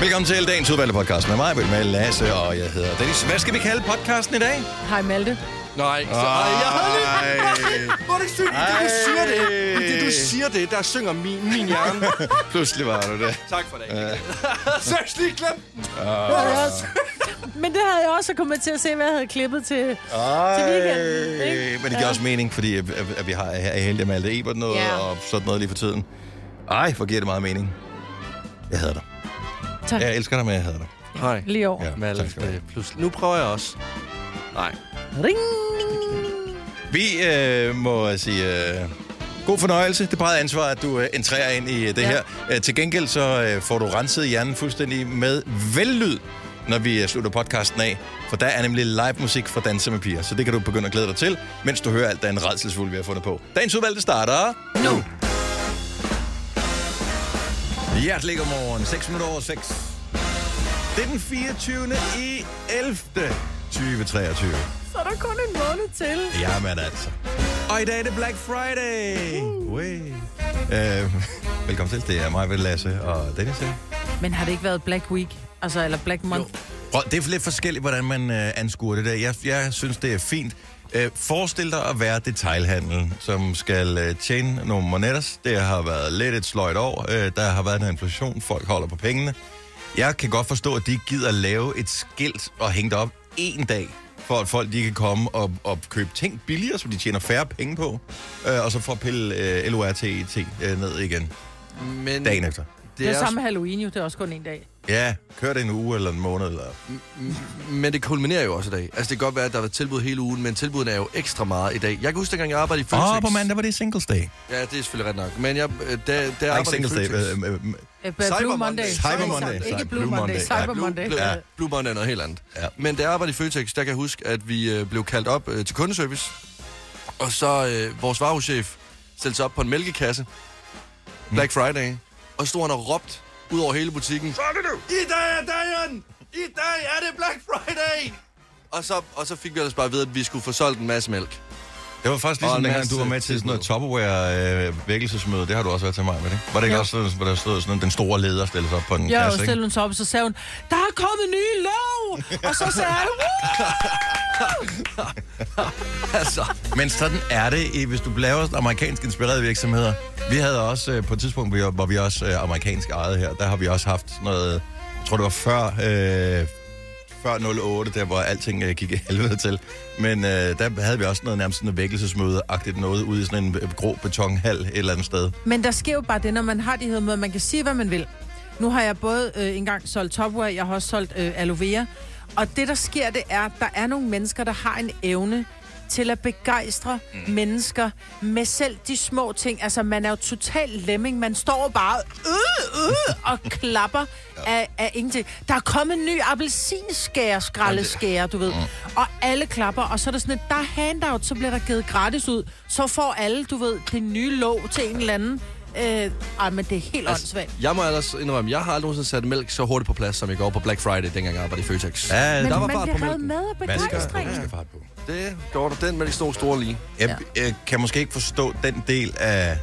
Velkommen til dagens udvalgte podcast med mig, Britt, med Lasse, og jeg hedder Dennis. Hvad skal vi kalde podcasten i dag? Hej Malte. Nej, ikke så. Ej. Ej, jeg har lidt... Hvor er det ikke sygt, det du siger det. Det du siger det, der synger min, min hjerne. Pludselig var du det. Tak for det. Seriøst, lige glemt den. Men det havde jeg også kommet til at se, hvad jeg havde klippet til. Ej. Til weekenden, ikke? Men det giver også mening, fordi at, at- at vi har her heldig med alt det Ebert noget, Ja. og sådan noget lige for tiden. Ej, hvor giver det meget mening. Jeg hader dig. Tak. Jeg elsker dig, men jeg hader dig. Hej. Lige over. Ja, tak skal du have. Malte, pludselig. Nu prøver jeg også. Nej. Ring, ding, ding, ding. Vi øh, må sige øh, god fornøjelse. Det er bare et ansvar, at du øh, entrerer ind i øh, det ja. Ja. her. Øh, til gengæld så øh, får du renset hjernen fuldstændig med vellyd, når vi øh, slutter podcasten af. For der er nemlig live musik fra Danser med Piger, så det kan du begynde at glæde dig til, mens du hører alt den redselsfulde, vi har fundet på. Dagens udvalgte starter nu. Hjertelig godmorgen. 6 minutter over 6. Det er den 24. i 11. 2023. Så er der kun en måned til. Jamen altså. Og i dag er det Black Friday. Ui. Øh, velkommen til. Det er mig, Vel Lasse og Dennis. her. Men har det ikke været Black Week? Altså, eller Black Month? Jo. Prøv, det er lidt forskelligt, hvordan man øh, anskuer det der. Jeg, jeg synes, det er fint. Øh, forestil dig at være detailhandel, som skal øh, tjene nogle monetters. Det har været lidt et sløjt år. Øh, der har været en inflation. Folk holder på pengene. Jeg kan godt forstå, at de ikke gider lave et skilt og hænge det op en dag, for at folk de kan komme og, og købe ting billigere, som de tjener færre penge på, øh, og så får pille øh, LORTET øh, ned igen Men dagen efter. Det er samme med Halloween jo, det er også Mm, kun en dag. Ja, kør det en uge eller en måned. Eller... Men det kulminerer jo også i dag. Altså, det kan godt være, at der var tilbud hele ugen, men tilbudene er jo ekstra meget i dag. Jeg kan huske, dengang jeg arbejdede i Føtex. Åh, på mandag var det Singles Day. Ja, det er selvfølgelig ret nok. Men jeg, øh, der, der arbejdede Nej, ikke Singles Day. Føtex. øh, øh, øh, Øh, Blue Cyber Monday. Monday. Cyber Monday. Ikke Cyber- Blue Blue Monday. Monday. Cyber Blue- Monday. Blue, Ja. ja. Blue Monday er noget helt andet. Ja. Ja. Men da jeg arbejdede i Føtex, der kan jeg huske, at vi øh, blev kaldt op øh, til kundeservice. Og så øh, vores varehuschef stillede sig op på en mælkekasse. Mm. Black Friday. Og stod han og råbt ud over hele butikken. Så er det nu! I dag er dagen! I dag er det Black Friday! Og så, og så fik vi ellers bare at vide, at vi skulle få solgt en masse mælk. Det var faktisk Og ligesom en dengang, masse du var med til sådan noget Tupperware-vækkelsesmøde. Det har du også været til mig med, det. Var det ikke Jo. også sådan, hvor der stod sådan, den store leder stilles op på en Jeg kasse, jo stillede hun sig op, så sagde hun, der er kommet nye lov! Og så sagde jeg, "Woo!" Altså, Men sådan er det, i- hvis du laver sådan amerikansk inspirerede virksomheder. Vi havde også øh, på et tidspunkt, hvor vi- hvor vi også øh, amerikansk ejet her, der har vi også haft sådan noget, jeg tror det var før, øh, før 08, der hvor alting øh, gik i helvede til. Men øh, der havde vi også noget nærmest sådan noget vækkelsesmøde-agtigt noget ude i sådan en øh, grå betonhal et eller andet sted. Men der sker jo bare det, når man har de hedder man kan sige, hvad man vil. Nu har jeg både øh, engang solgt topwear, jeg har også solgt øh, aloe vera. Og det, der sker, det er, at der er nogle mennesker, der har en evne til at begejstre mm. mennesker med selv de små ting. Altså, man er jo total lemming. Man står jo bare øh, øh, og klapper af, af ingenting. Der er kommet en ny appelsinskære, skraldeskære, du ved. Og alle klapper, og så er der sådan et, der er handout, så bliver der givet gratis ud. Så får alle, du ved, det nye låg til en eller anden. Øh, ej, men det er helt altså, åndssvagt. jeg må ellers indrømme, jeg har aldrig nogensinde sat mælk så hurtigt på plads, som jeg går på Black Friday, dengang jeg arbejdede i Føtex. Ja, Men der var man fart på bliver reddet mælken. med af Man skal, begejstring. man skal fart på. Det gjorde du. Den mælk stod store lige. Jeg ja. kan måske ikke forstå den del af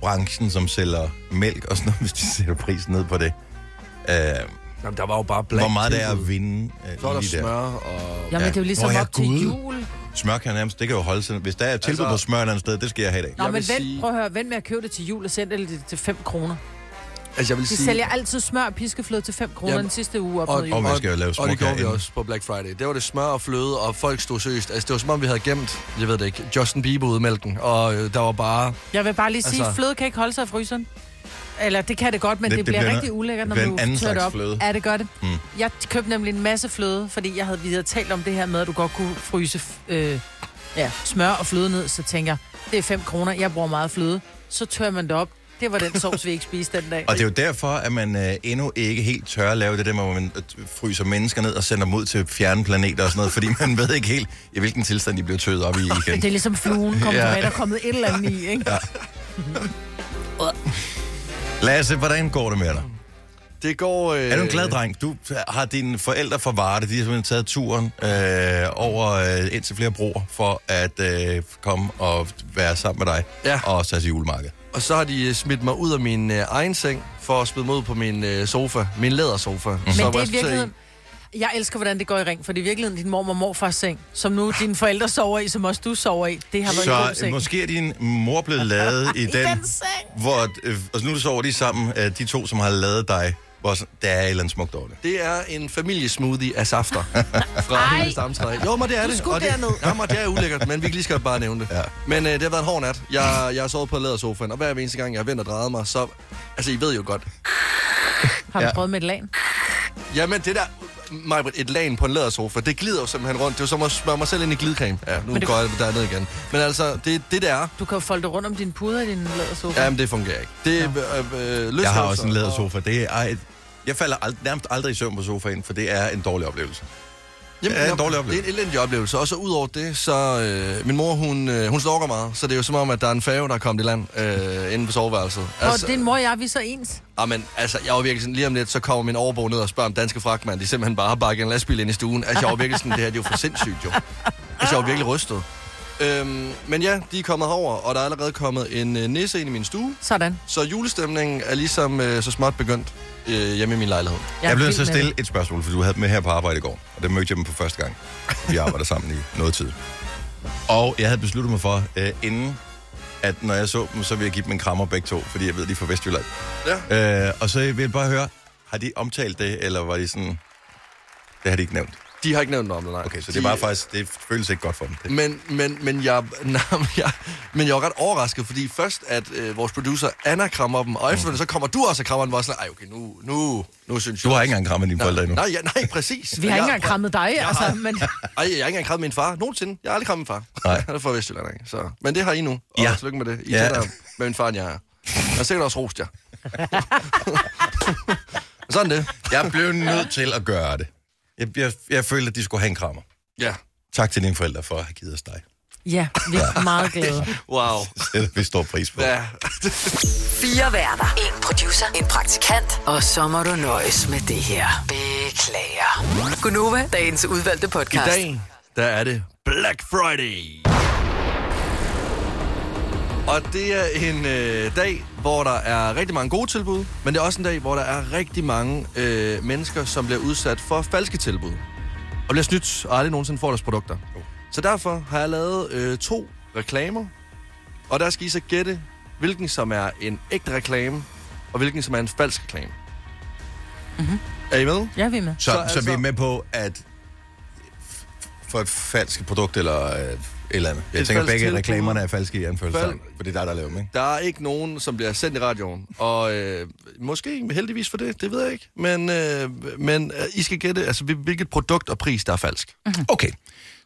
branchen, som sælger mælk og sådan noget, hvis de sætter prisen ned på det. Øh, Jamen, der var jo bare blandt hvor meget det er at vinde øh, Så er der lige smør og... Jamen, Ja. det er jo Nå, ligesom ja, op til Gud. jul. Smør kan nærmest, det kan jo holde sig. Hvis der er et tilbud altså, på Altså- smør et eller andet sted, det skal jeg have i dag. Nå, Jeg men vil vent, sige- prøv at høre, vent med at købe det til jul og sende det til 5 kroner. Altså, jeg vil De sige... sælger altid smør og piskefløde til 5 kroner Jamen, den sidste uge op og, mod jul. og man skal jo lave og det smukke gjorde vi herinde. også på Black Friday. Der var det smør og fløde, og folk stod seriøst. Altså, det var som om, vi havde gemt, jeg ved det ikke, Justin Bieber ud i mælken. Og øh, der var bare... Jeg vil bare lige sige, Altså- altså... fløde kan ikke holde sig i fryseren. Eller det kan det godt, men Det- det, det det bliver, bliver rigtig en- ulækkert, det når bliver du en anden tør det slags op. fløde. Ja, det gør det. Mm. Jeg købte nemlig en masse fløde, fordi jeg havde, vi havde talt om det her med, at du godt kunne fryse f- øh, ja, smør og fløde ned. Så tænker jeg, det er 5 kroner, jeg bruger meget fløde. Så tør man det op. Det var den sovs, vi ikke spiste den dag. Og det er jo derfor, at man øh, endnu ikke helt tør at lave det der, hvor man øh, fryser mennesker ned og sender dem ud til fjerne planeter og sådan noget, fordi man ved ikke helt, i hvilken tilstand de bliver tøet op i igen. Men det er ligesom fluen, kom Ja. ja. med, der er kommet et eller andet i, ikke? Ja. Mhm. Lasse, hvordan går det med dig? Det går... Øh, Er du en glad dreng? Du øh, har dine forældre fra Varde, de har simpelthen taget turen øh, over øh, ind til flere broer for at øh, komme og være sammen med dig Ja. og tage til julemarkedet. Og så har de øh, smidt mig ud af min øh, egen seng, for at smide mig ud på min øh, sofa. Min lædersofa. Mhm. Mm. Men det er i virkeligheden... Jeg elsker, hvordan det går i ring, for det er i virkeligheden din mor og morfars seng, som nu dine forældre sover i, som også du sover i. Det har været en god Så øh, seng. måske er din mor blevet lavet i, I den, den seng. hvor øh, og nu sover de sammen, øh, de to, som har lavet dig, hvor sådan, der er et eller andet smukt over det. Det er en familiesmoothie af safter fra Ej. hele stamtræet. Jo, men det er Du det. skulle og det, derned. Jamen, det er ulækkert, men vi kan lige skal bare nævne det. Ja. Men øh, det har været en hård nat. Jeg, jeg har sovet på lædersofaen, og hver eneste gang, jeg har vendt og drejet mig, så... Altså, I ved jo godt. Har du Ja. prøvet med et lagen? Jamen, det der... Majbrit, et lagen på en lædersofa, det glider jo simpelthen rundt. Det er jo som at smøre mig selv ind i glidecreme. Ja, nu Men det- det... går jeg derned igen. Men altså, det, det der er... Du kan jo folde det rundt om dine puder i din lædersofa. Jamen, det fungerer ikke. Det er øh, øh, Jeg har også en lædersofa. Det er, ej, jeg falder ald- nærmest aldrig i søvn på sofaen, for det er en dårlig oplevelse. Jamen, Det er en jeg- dårlig oplevelse. Det er en elendig oplevelse. Og så ud over det, så... Øh, min mor, hun, øh, hun snorker meget, så det er jo som om, at der er en fave, der er kommet i land øh, inde på soveværelset. Og din mor og jeg, vi er så ens. Amen, altså, jeg var virkelig sådan, lige om lidt, så kommer min overbo ned og spørger om danske fragtmand. De simpelthen bare har bakket en lastbil ind i stuen. Altså, jeg var virkelig sådan, det her det er jo for sindssygt, jo. Altså, jeg var virkelig rystet. Øhm, men ja, de er kommet over, og der er allerede kommet en øh, nisse ind i min stue. Sådan. Så julestemningen er ligesom øh, så småt begyndt øh, hjemme i min lejlighed. Jeg, jeg blev er nødt til at vild med stille et spørgsmål, for du havde dem med her på arbejde i går, og der mødte jeg dem på første gang. Vi arbejder sammen i noget tid. Og jeg havde besluttet mig for, øh, inden at når jeg så dem, så ville jeg give dem en krammer begge to, fordi jeg ved, de er fra Vestjylland. Ja. Øh, og så vil jeg bare høre, har de omtalt det, eller var de sådan... Det har de ikke nævnt. De har ikke nævnt noget om det, nej. Okay, så de, det var faktisk... Det føles ikke godt for dem. Det. Men, men, men, jeg, nej, men jeg, men jeg var ret overrasket, fordi først, at øh, vores producer Anna krammer dem, og efterfølgende så kommer du også og krammer dem, og var sådan, ej, okay, nu, nu, nu synes Du jeg... har ikke engang krammet dine forældre endnu. Nej, ja, nej, præcis. det. Vi har Jeg- ikke engang krammet dig, altså, men Ej, jeg har ikke engang krammet min far. Nogensinde. Jeg har aldrig krammet min far. Nej. Han er fra Vestjylland, ikke? Så. Men det har I nu. Og Ja. ja. tillykke med det. I Ja. ja. tættere med min far, end jeg er. Jeg har sikkert også rost jer. Sådan det. Jeg blev nødt til at gøre det. Jeg, jeg, jeg følte, at de skulle have en krammer. Ja. Tak til dine forældre for at have givet os dig. ja, vi er meget glade. Wow. Det sætter vi stor pris på. Ja. Fire værter. En producer. En praktikant. Og så må du nøjes med det her. Beklager. Gunova, dagens udvalgte I podcast. dag, der er det Black Friday. Og det er en øh, dag, hvor der er rigtig mange gode tilbud, men det er også en dag, hvor der er rigtig mange øh, mennesker, som bliver udsat for falske tilbud. Og bliver snydt og aldrig nogensinde får deres produkter. Så derfor har jeg lavet øh, to reklamer, og der skal I så gætte, hvilken som er en ægte reklame, og hvilken som er en falsk reklame. Mm-hmm. Er I med? Ja, vi Så, er med. Mm-hmm. så, Så altså- vi er med på, at f- for et falsk produkt eller øh, et eller andet. Jeg Et tænker, falsk begge tilbud. reklamerne er falske i anførselstegn, Fal- for det er dig, der laver dem, ikke? Der er ikke nogen, som bliver sendt i radioen. Og øh, måske heldigvis for det, det ved jeg ikke. Men, øh, men øh, I skal gætte, altså, hvil- hvilket produkt og pris, der er falsk. Okay,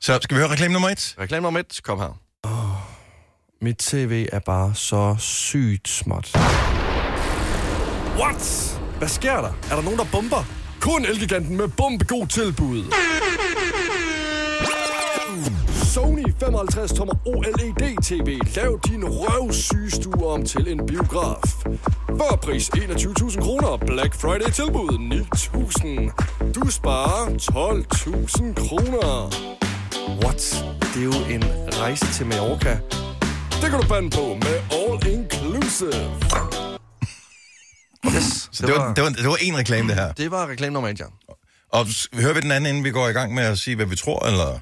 så skal vi høre reklame nummer et? Reklame om et, kom her. Oh, mit tv er bare så sygt småt. What? Hvad sker der? Er der nogen, der bomber? Kun Elgiganten med bombegod tilbud. Sony 55 tommer E OLED TV. Lav din røvsyge stue om til en biograf. Før pris 21.000 kroner. Black Friday tilbud 9.000. Du sparer 12.000 kroner. What? Det er jo en rejse til Mallorca. Det kan du bande på med All Inclusive. Yes, Så det, var, det, var, det var én reklame, det her. det var reklame nummer et, Jan. Og s- hører vi den anden, inden vi går i gang med at sige, hvad vi tror, eller...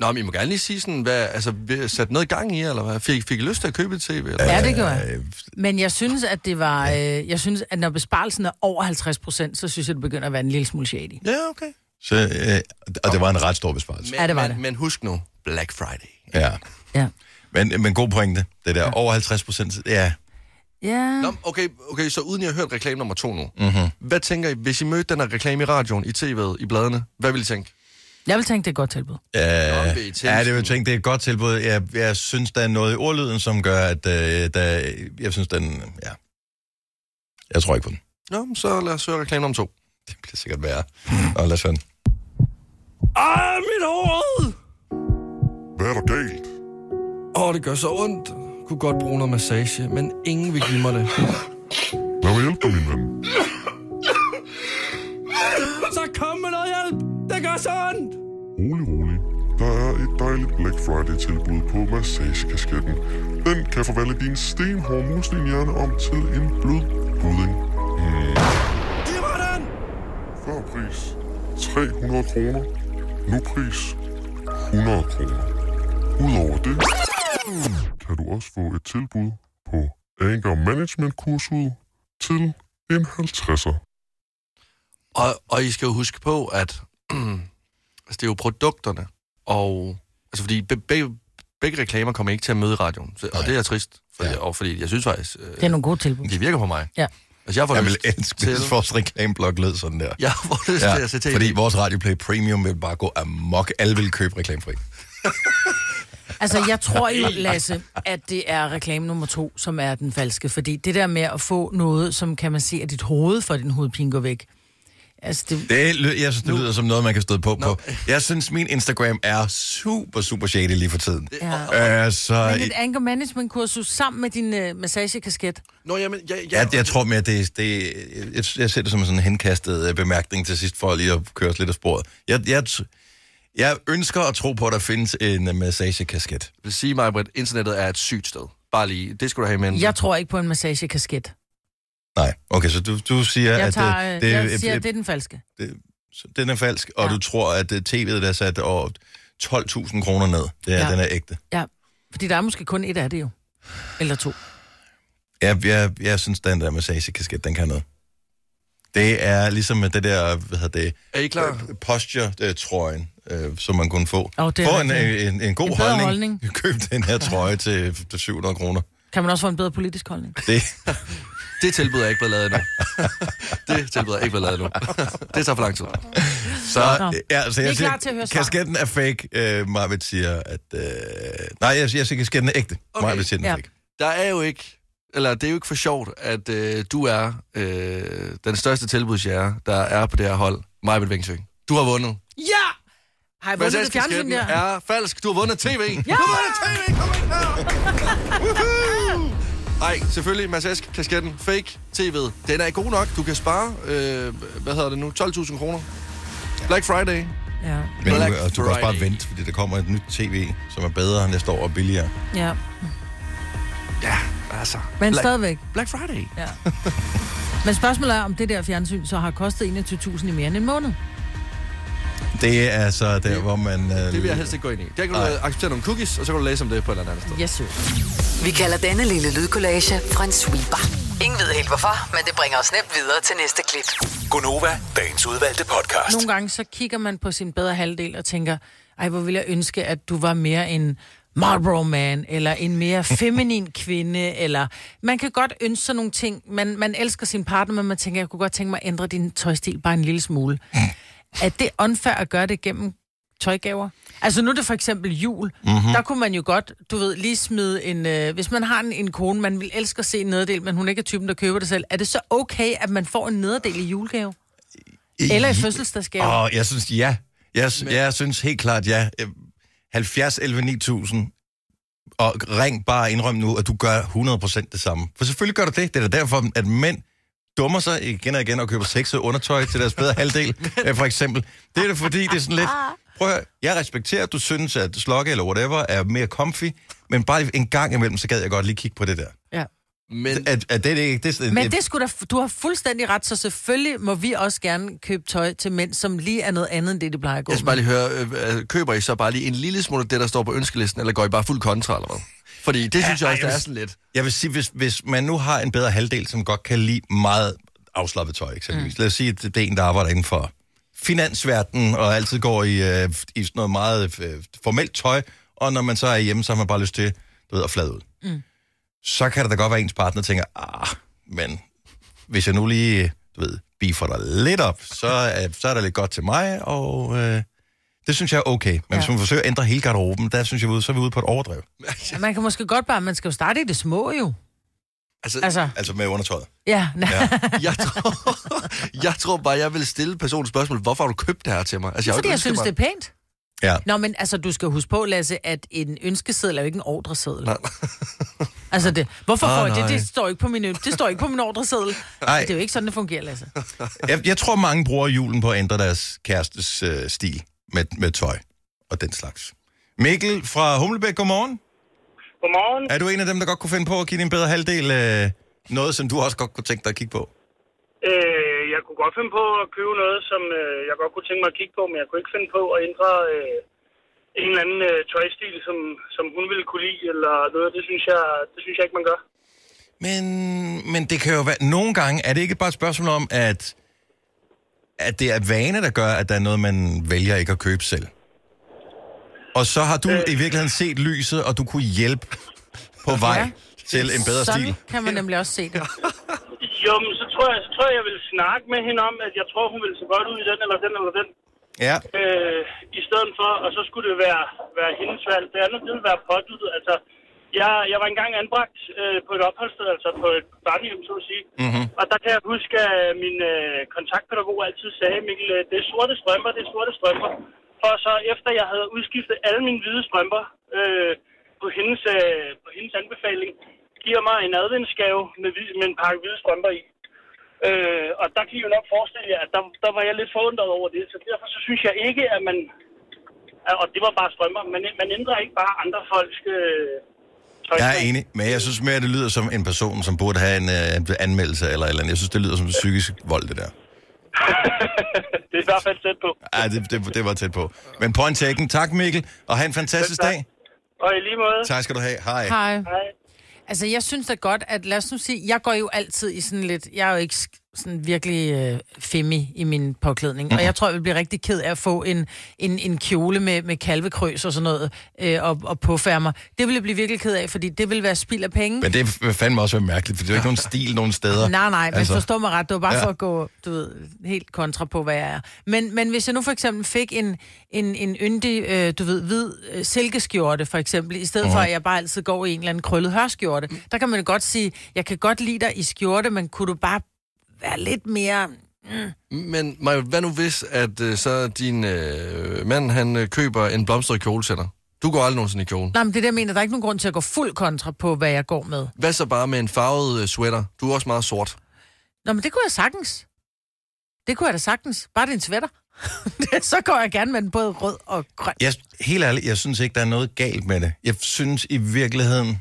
Nå, men I må gerne lige sige sådan, hvad, altså, vi- sat noget i gang i, eller hvad? Fik, fik I lyst til at købe et tv? Eller? Ja, det gjorde jeg. Øh, Men jeg synes, at det var... Øh, jeg synes, at når besparelsen er over 50 procent, så synes jeg, det begynder at være en lille smule shady. Ja, okay. Så, øh, og det var en ret stor besparelse. Men, Ja, det var men, det. Men husk nu, Black Friday. Ja. Ja. Men, men god pointe, det der. Over 50 procent, ja. Ja. Nå, okay, okay, så uden jeg har hørt reklame nummer to nu. Mm-hmm. Hvad tænker I, hvis I mødte den her reklame i radioen, i tv'et, i bladene? Hvad ville I tænke? Jeg vil tænke, det er et godt tilbud. Øh, Nå, det er ja, det vil jeg tænke, det er et godt tilbud. Jeg, jeg synes, der er noget i ordlyden, som gør, at øh, der, jeg synes, den... Ja. Jeg tror ikke på den. Nå, men så lad os høre reklame nummer to. Det bliver sikkert værre. Og lad os høre den. Ah, mit hoved! Hvad er der galt? Åh, oh, det gør så ondt. Kunne godt bruge noget massage, men ingen vil give mig det. Lad mig hjælpe dig, min ven. Så kom med noget hjælp. Det gør så ondt. Rolig, rolig. Der er et dejligt Black Friday-tilbud på massagekasketten. Den kan forvandle din stenhårde muslinghjerne om til en blød pudding. Mm. Giv mig den! Før pris 300 kroner. Nu pris 100 kroner. Udover det kan du også få et tilbud på Anger Management-kurset til en 50'er. Og, og I skal jo huske på, at altså, det er jo produkterne, og altså, fordi be, be, begge reklamer kommer ikke til at møde i radioen, så, og det er trist, for, ja. og fordi jeg synes faktisk, øh, Det er nogle gode tilbud. de virker på mig. Ja. Altså, jeg får Jeg vil lyst elske, til, hvis vores reklameblok lød sådan der. jeg får lyst ja, til at se til. fordi vores Radioplay Premium vil bare gå amok. Alle vil købe reklamefri. Altså, jeg tror jo, Lasse, at det er reklame nummer to, som er den falske. Fordi det der med at få noget, som kan man se, at dit hoved for din hovedpine går væk. Altså, det, Det, lød- jeg synes, det lyder som noget, man kan støde på på. Jeg synes, min Instagram er super, super shady lige for tiden. Ja. Øh, så Men et anger management kursus sammen med din øh, massagekasket. Nå, jamen, jeg, jeg, jeg, jeg tror mere, det, det jeg, jeg ser det som sådan en henkastet øh, bemærkning til sidst, for lige at køre os lidt af sporet. Jeg, jeg, jeg ønsker at tro på, at der findes en øh, massagekasket. vil sige mig, at internettet er et sygt sted. Bare lige, det skal du have med. jeg tror ikke på en massagekasket. Nej, okay, så du, du siger, Jeg, at tager, øh, det, det, jeg øh, siger, øh, at det er den falske. så den er falsk, og Ja. du tror, at øh, tv'et er sat over 12.000 kroner ned. Det er, Ja. Den er ægte. Fordi der er måske kun et af det jo. Eller to. Jeg, jeg, jeg synes, den der massagekasket, den kan noget. Det er ligesom med det der, hvad hedder det, Er I klar? øh, posture-trøjen, øh, som man kunne få. Åh, det er få en, rigtigt. en, en god En bedre holdning. holdning. Køb den her trøje til, til 700 kroner. Kan man også få en bedre politisk holdning? Det, Det tilbud er ikke blevet lavet endnu. det tilbud er ikke blevet lavet endnu. det tager for lang tid. så, Nå. ja, så Vi jeg er klar til at høre svar. kasketten er fake. Øh, Marvitt siger, at... Øh, nej, jeg, jeg siger, kasketten er ægte. Okay. Okay. Marvitt siger, den er Ja. fake. Der er jo ikke, eller det er jo ikke for sjovt, at øh, du er øh, den største tilbudsjære, der er på det her hold. Mig ved Vengsø. Du har vundet. Ja! Har jeg vundet det fjernsyn Massagekasketten der? er falsk. Du har vundet tv. Ja! Nej, selvfølgelig, massagekasketten, fake, tv'et, den er god nok. Du kan spare, øh, hvad hedder det nu, 12.000 kroner. Black Friday. Ja. Men du, Black og du kan også bare Friday. vente, fordi der kommer et nyt tv, som er bedre næste år og billigere. ja. Ja, altså. Men Black, stadigvæk. Black Friday. Ja. Men spørgsmålet er, om det der fjernsyn så har kostet 21.000 i mere end en måned. Det er så der, hvor man... Øh, Det vil jeg helst ikke gå ind i. Der kan du Nej. øh, acceptere nogle cookies, og så kan du læse om det på et eller andet sted. Yes, sir. Vi kalder denne lille lydkollage Frans sweeper. Ingen ved helt hvorfor, men det bringer os nemt videre til næste klip. Gunova, dagens udvalgte podcast. Nogle gange så kigger man på sin bedre halvdel og tænker, ej, hvor ville jeg ønske, at du var mere en Marlboro man, eller en mere feminin kvinde, eller man kan godt ønske sig nogle ting. Man, man elsker sin partner, men man tænker, jeg kunne godt tænke mig at ændre din tøjstil bare en lille smule. Er det unfair at gøre det gennem tøjgaver? Altså nu er det for eksempel jul. Mm-hmm. Der kunne man jo godt, du ved, lige smide en... Øh, hvis man har en, en kone, man vil elske at se en nederdel, men hun ikke er typen, der køber det selv. Er det så okay, at man får en nederdel i julegave? Eller i fødselsdagsgave? Åh, jeg synes ja. Jeg, Men... jeg synes helt klart ja. Øh, 70 11 9000. Og ring bare og indrøm nu, at du gør 100% det samme. For selvfølgelig gør du det. Det er da derfor, at mænd dummer sig igen og igen og køber sexet undertøj til deres bedre halvdel, øh, for eksempel. Det er det, fordi det er sådan lidt... Ah. Prøv at høre, jeg respekterer, at du synes, at slokke eller whatever er mere comfy, men bare en gang imellem, så gad jeg godt lige kigge på det der. Ja. Men At, at det, det, det, det, Men det skulle da, du har fuldstændig ret, så selvfølgelig må vi også gerne købe tøj til mænd, som lige er noget andet end det, de plejer at gå jeg skal med. bare lige høre, øh, øh, køber I så bare lige en lille smule af det, der står på ønskelisten, eller går I bare fuld kontra eller hvad? Fordi det synes jeg ej, også, der jeg er vil- sådan lidt. Jeg vil sige, hvis, hvis man nu har en bedre halvdel, som godt kan lide meget afslappet tøj, eksempelvis. Mm. Lad os sige, at det er en, der arbejder inden for finansverdenen, og altid går i, øh, i sådan noget meget øh, formelt tøj, og når man så er hjemme, så har man bare lyst til du ved, at flade ud. Mm. Så kan det da godt være, at ens partner tænker, ah, men hvis jeg nu lige, du ved, beefer dig lidt op, så, øh, så er der lidt godt til mig, og øh, det synes jeg er okay. Men ja. hvis man forsøger at ændre hele garderoben, der synes jeg, vi er ude- så er vi ude på et overdrev. Ja, Man kan måske godt bare, man skal jo starte i det små jo. Altså, altså Altså, Altså med undertøjet. ja, nej. ja. jeg, tror, jeg tror bare, jeg vil stille personen spørgsmål, hvorfor har du købt det her til mig? Altså, har jo fordi ikke jeg synes, ønsket det er pænt. Ja. Nå, men altså, du skal huske på, Lasse, at en ønskeseddel er jo ikke en ordreseddel. Nej. Altså det, hvorfor Ah, får jeg det? nej. Det står ikke på min, ø- det står ikke på min ordreseddel. Nej. Det er jo ikke sådan, det fungerer, Lasse. Jeg, jeg tror, mange bruger julen på at ændre deres kærestes øh, stil med, med tøj. Og og den slags. Mikkel fra Humlebæk, godmorgen. Godmorgen. Er du en af dem, der godt kunne finde på at give din bedre halvdel øh, noget, som du også godt kunne tænke dig at kigge på? Øh, jeg kunne godt finde på at købe noget, som øh, jeg godt kunne tænke mig at kigge på, men jeg kunne ikke finde på at ændre øh, en eller anden øh, tøjstil, som, som hun ville kunne lide, eller noget. Det synes jeg, det synes jeg ikke, man gør. Men, men det kan jo være... Nogle gange er det ikke bare et spørgsmål om, at, at det er vane, der gør, at der er noget, man vælger ikke at købe selv. Og så har du øh. i virkeligheden set lyset, og du kunne hjælpe på vej ja. til en bedre Sådan stil. kan man nemlig også se det. Jo, men så tror jeg, så tror jeg, jeg vil snakke med hende om, at jeg tror, hun ville se godt ud i den, eller den, eller den. Ja. øh, i stedet for, og så skulle det være, være hendes valg. Det andet, det ville være påduttet. Altså, jeg, jeg var engang anbragt øh, på et opholdssted, altså på et børnehjem, så at sige. Mm-hmm. Og der kan jeg huske, at min øh, kontaktpædagog altid sagde, Mikkel, øh, det er sorte strømper, det er sorte strømper. For så efter jeg havde udskiftet alle mine hvide strømper øh, på, hendes, øh, på hendes anbefaling, giver mig en adventsgave med, hvid- med en pakke hvide strømper i. Øh, og der kan I jo nok forestille jer, at der, der var jeg lidt forundret over det. Så derfor så synes jeg ikke, at man... at- Og det var bare strømmer. Man, man ændrer ikke bare andre folks... Øh, tøj. Jeg er enig, men jeg synes mere, at det lyder som en person, som burde have en øh, anmeldelse eller et eller andet. Jeg synes, det lyder som psykisk vold, det der. det er i hvert fald tæt på. Ej, det, det, det var tæt på. Men point taken. Tak, Mikkel, og have en fantastisk Selv tak. dag. Og i lige måde... Tak skal du have. Hej. Hej. Hej. Altså, jeg synes da godt, at lad os nu sige, jeg går jo altid i sådan lidt, jeg er jo ikke sk- sådan virkelig øh, femi i min påklædning, og jeg tror, jeg vil blive rigtig ked af at få en, en, en kjole med, med kalvekrøs og sådan noget, øh, og, og påfærmer. Det vil jeg blive virkelig ked af, fordi det vil være spild af penge. Men det f- fandme også være mærkeligt, for det er jo ikke nogen stil nogen steder. Nej, nej, men altså. Altså. forstå mig ret, det var bare Ja. ja. for at gå, du ved, helt kontra på, hvad jeg er. Men, men hvis jeg nu for eksempel fik en, en, en yndig, øh, du ved, hvid øh, silkeskjorte, for eksempel, i stedet uh-huh. for, at jeg bare altid går i en eller anden krøllet hørskjorte, der kan man jo godt sige, jeg kan godt lide dig i skjorte, men kunne du bare være lidt mere... mm. Men Maja, hvad nu hvis, at øh, så din øh, mand, han øh, køber en blomstret kjole til dig? Du går aldrig nogensinde i kjole. Nej, men det der mener, der er ikke nogen grund til at gå fuld kontra på, hvad jeg går med. Hvad så bare med en farvet øh, sweater? Du er også meget sort. Nå, men det kunne jeg sagtens. Det kunne jeg da sagtens. Bare det er en sweater. så går jeg gerne med den både rød og grøn. Jeg, helt ærligt, jeg synes ikke, der er noget galt med det. Jeg synes i virkeligheden... Jeg,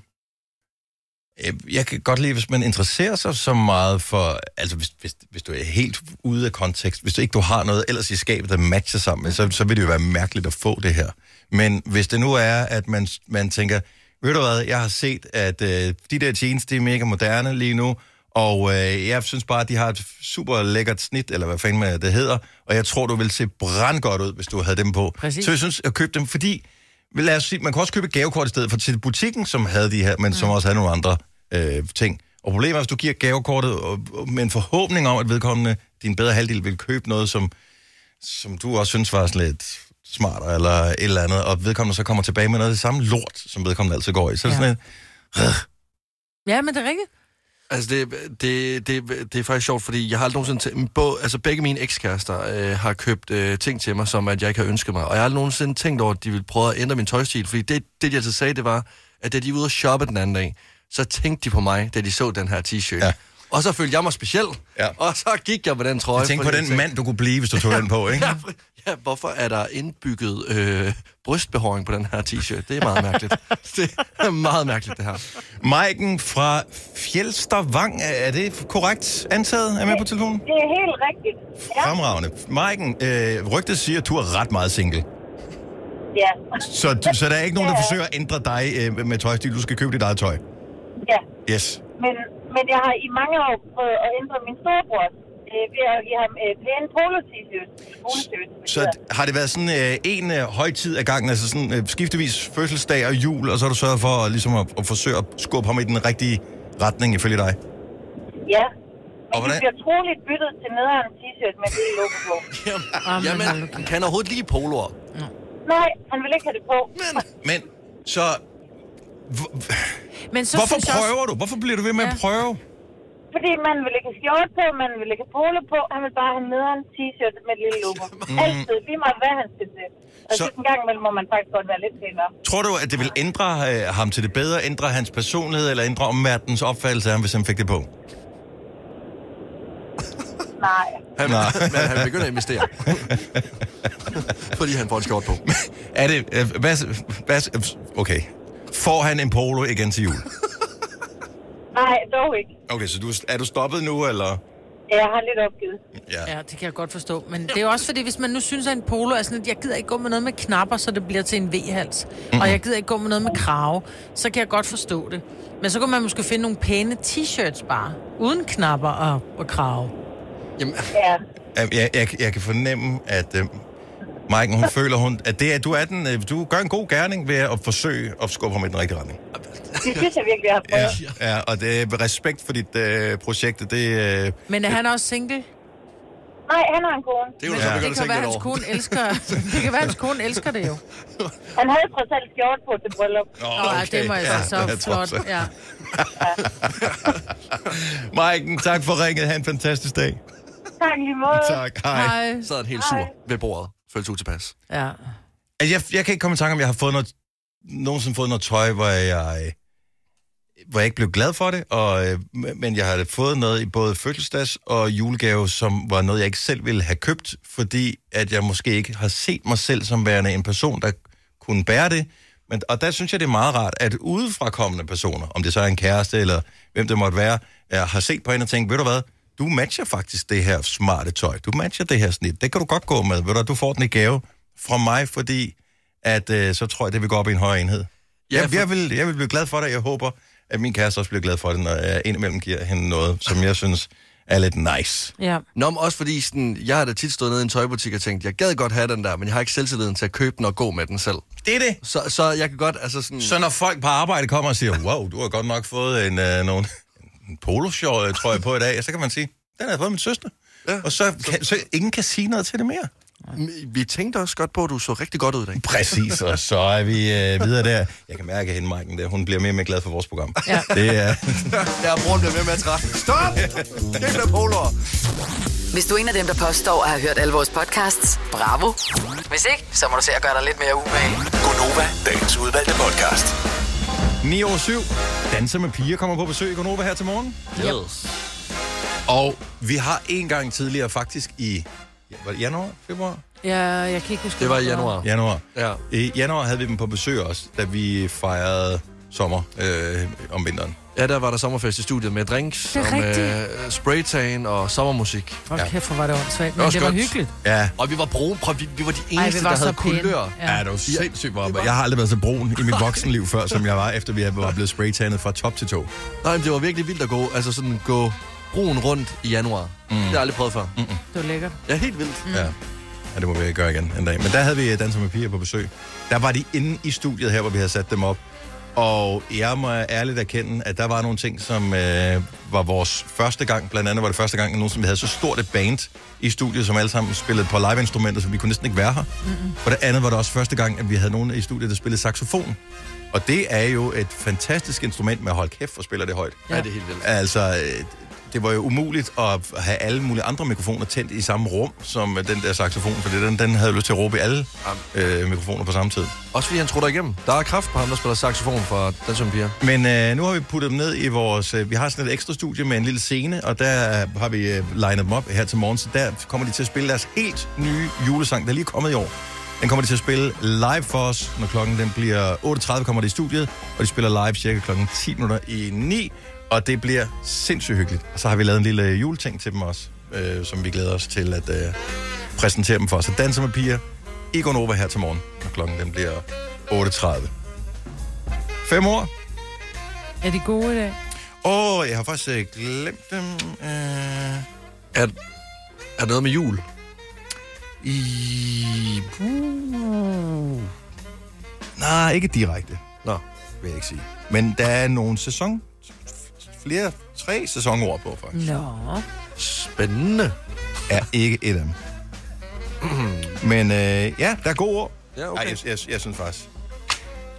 Øh, jeg kan godt lide, hvis man interesserer sig så meget for... Altså, hvis, hvis, hvis du er helt ude af kontekst, hvis du ikke du har noget ellers i skabet, der matcher sammen, så, så vil det jo være mærkeligt at få det her. Men hvis det nu er, at man, man tænker, ved du hvad, jeg har set, at øh, de der jeans, de er mega moderne lige nu, og øh, jeg synes bare, at de har et super lækkert snit, eller hvad fanden man- det hedder, og jeg tror, du vil se brandgodt ud, hvis du havde dem på. Præcis. Så jeg synes, at købe dem, fordi, lad os sige, man kan også købe et gavekort i stedet for til butikken, som havde de her, men mm. som også havde nogle andre øh, ting. Og problemet er, hvis du giver gavekortet og, og, med en forhåbning om, at vedkommende, din bedre halvdel, vil købe noget, som, som du også synes var sådan lidt smartere eller et eller andet, og vedkommende så kommer tilbage med noget af det samme lort, som vedkommende altid går i. Så er det Ja. sådan lidt, Ja, men det er rigtigt. Altså, det, det, det, det er faktisk sjovt, fordi jeg har aldrig nogensinde... Tæ- både, altså, begge mine ekskærester øh, har købt øh, ting til mig, som at jeg ikke har ønsket mig. Og jeg har aldrig nogensinde tænkt over, at de ville prøve at ændre min tøjstil. Fordi det, det de altid sagde, det var, at da de var ude og shoppe den anden dag, så tænkte de på mig, da de så den her t-shirt. Ja. Ja. Og så følte jeg mig speciel. Ja. Og så gik jeg med den trøje. jeg tænker på fordi den tænkte, mand, du kunne blive, hvis du tog den på, ikke? Ja, fr- ja, hvorfor er der indbygget øh, brystbehåring på den her t-shirt? Det er meget mærkeligt. det er meget mærkeligt, det her. Maiken fra Fjelstervang, er- er det korrekt antaget? Er jeg med på telefonen? Det er helt rigtigt. Ja, Fremragende. Maiken, øh, rygtet siger, at du er ret meget single. ja, Så, du, så der er ikke nogen, der Ja. forsøger at ændre dig øh, med tøjstil. Du skal købe dit eget tøj. ja. Yes. Men, men jeg har i mange år prøvet at ændre min storebror øh, ved at give ham øh, pæne polo-t-shirts. Polo-t-shirts. Så d- har det været sådan øh, en øh, højtid af gangen, altså sådan øh, skiftevis fødselsdag og jul, og så har du sørget for at, ligesom at, at forsøge at skubbe ham i den rigtige retning, ifølge dig? Ja. Men Og det hvordan- bliver troligt byttet til nederen t-shirt med det logo på. Ah, Jamen, jamen han kan overhovedet lige poloer. Nej, han vil ikke have det på. Men så... H- Men så hvorfor synes jeg også- prøver du? Hvorfor bliver du ved med at Ja. prøve? Fordi man vil ikke have skjort på, man vil ikke have polo på. Han vil bare have nederen t-shirt med et lille logo. Altid. Lige meget hvad han skal til. Og så Mm. Så- en gang imellem må man faktisk godt være lidt pænere. Tror du, at det vil ændre øh, ham til det bedre, ændre hans personlighed, eller ændre omverdenens opfattelse af ham, hvis han fik det på? Nej. Han, men han begynder at investere. Fordi han får en skjort på. Er det... øh, Hvad, hvad, okay. Får han en polo igen til jul? Nej, dog ikke. Okay, så du, er du stoppet nu, eller? Jeg har lidt opgivet. Ja. ja, det kan jeg godt forstå. Men det er jo også fordi, hvis man nu synes, at en polo er sådan, at jeg gider ikke gå med noget med knapper, så det bliver til en V-hals. Mm. Og jeg gider ikke gå med noget med krave, så kan jeg godt forstå det. Men så kunne man måske finde nogle pæne t-shirts bare, uden knapper og, og krave. Jamen, Ja. Jeg, jeg, jeg, jeg kan fornemme, at øh, Maiken, hun føler, hun, at det, er- du, er den, øh, du gør en god gerning ved at forsøge at skubbe ham i den rigtige retning. Det synes jeg virkelig, jeg har prøvet. Ja, ja og det er respekt for dit øh, projekt. og Det, øh, Men er han også single? Nej, han har en kone. det er jo så, det begynder kan at tænke være, lidt hans over. kone elsker, det kan være, hans kone elsker det jo. Han havde trods alt skjort på til bryllup. Nå, okay. det må jeg ja, så det er flot. trods alt. Ja. Maiken, tak for ringet. Ha' en fantastisk dag. Tak lige måde. Tak. Hej. Hej. Hej. Sad han helt sur ved bordet. Følte utilpas. Ja. Altså, jeg, jeg kan ikke komme i tanke om, jeg har fået noget, nogensinde fået noget tøj, hvor jeg, hvor jeg ikke blev glad for det, og, øh, men jeg har fået noget i både fødselsdags og julegave, som var noget, jeg ikke selv ville have købt, fordi at jeg måske ikke har set mig selv som værende en person, der kunne bære det. Men, og der synes jeg, det er meget rart, at udefrakommende personer, om det så er en kæreste eller hvem det måtte være, er, har set på en og tænkt, ved du hvad, du matcher faktisk det her smarte tøj, du matcher det her snit, det kan du godt gå med, ved du, hvad, du får den i gave fra mig, fordi at øh, så tror jeg, det vil gå op i en højere enhed. Ja, jeg, for- jeg, vil, jeg vil blive glad for det, jeg håber, at min kæreste også bliver glad for det, når jeg indimellem giver hende noget, som jeg synes er lidt nice. ja. Nå, men også fordi sådan, jeg har da tit stået nede i en tøjbutik og tænkt, jeg gad godt have den der, men jeg har ikke selvtilliden til at købe den og gå med den selv. Det er det. Så, så jeg kan godt, altså sådan... Så når folk på arbejde kommer og siger, wow, du har godt nok fået en, øh, nogen, en poloshort, tror jeg, på i dag, så kan man sige, den har jeg fået af min søster. Ja, og så, kan, så ingen kan sige noget til det mere. Vi tænkte også godt på, at du så rigtig godt ud i dag. Præcis, og så er vi øh, videre der. Jeg kan mærke, at hende, Maiken, der, hun bliver mere og mere glad for vores program. Ja. Det er... Der bruger bliver ved med at træffe. Stop! Ikke med poloer! Hvis du er en af dem, der påstår at have hørt alle vores podcasts, bravo. Hvis ikke, så må du se at gøre dig lidt mere umage. Gonova, dagens udvalgte podcast. 9 over 7. Danser med piger kommer på besøg i Gonova her til morgen. Yes. Og vi har en gang tidligere faktisk i... ja, Var det januar? Februar? ja, jeg kan ikke huske. Det var i hvorfor. januar. Januar. Ja. I januar havde vi dem på besøg også, da vi fejrede sommer øh, om vinteren. Ja, der var der sommerfest i studiet med drinks, Det er og med øh, spraytan og sommermusik. Hold Ja. kæft, hvor var det åndssvagt. Men også det var godt. hyggeligt. Ja. Og vi var brune, prøv, vi, vi var de Ej, eneste, vi Ej, var der så havde pæne. kulør. Ja, det var sindssygt varmt. Jeg har aldrig været så brun i mit voksenliv før, som jeg var, efter vi var blevet spraytannet fra top til to. Nej, men det var virkelig vildt at gå, altså sådan gå brun rundt i januar. Mm. Det har jeg aldrig prøvet før. Mm. Det var lækkert. Ja, helt vildt. Mm. Ja. ja, det må vi gøre igen en dag. Men der havde vi øh, Danser med piger på besøg. Der var de inde i studiet her, hvor vi havde sat dem op. Og jeg må ærligt erkende, at der var nogle ting, som øh, var vores første gang. Blandt andet var det første gang, nogensinde, vi havde så stort et band i studiet, som alle sammen spillede på live-instrumenter, så vi kunne næsten ikke være her. Mm-hmm. For det andet var det også første gang, at vi havde nogen i studiet, der spillede saxofon. Og det er jo et fantastisk instrument med at holde kæft og spiller det højt. Ja, det er helt vildt. Altså, øh, det var jo umuligt at have alle mulige andre mikrofoner tændt i samme rum som øh, den der saxofon, for den, den havde jo lyst til at råbe i alle øh, mikrofoner på samme tid. Også fordi han tror igennem. Der er kraft på ham, der spiller saxofon fra Den Sømme Piger. Men øh, nu har vi puttet dem ned i vores... Øh, vi har sådan et ekstra studie med en lille scene, og der har vi øh, lined dem op her til morgen, så der kommer de til at spille deres helt nye julesang, der er lige kommet i år. Den kommer de til at spille live for os, når klokken den bliver 8.30, kommer de i studiet, og de spiller live cirka klokken 10 minutter i 9, og det bliver sindssygt hyggeligt. Og så har vi lavet en lille øh, juleting til dem også, øh, som vi glæder os til at øh, præsentere dem for. Så danser med piger, Egon Nova her til morgen, når klokken den bliver 8.30. Fem år, Er de gode i dag? Åh, oh, jeg har faktisk øh, glemt dem. Uh, Er, er noget med jul? I... Uh. Nej, ikke direkte, Nå. vil jeg ikke sige. Men der er nogle sæson... Flere, tre sæsonord på, faktisk. Nå. Spændende. Er ikke et af dem. Men øh, ja, der er gode ord. Ja, okay. Ej, jeg, jeg, jeg synes faktisk...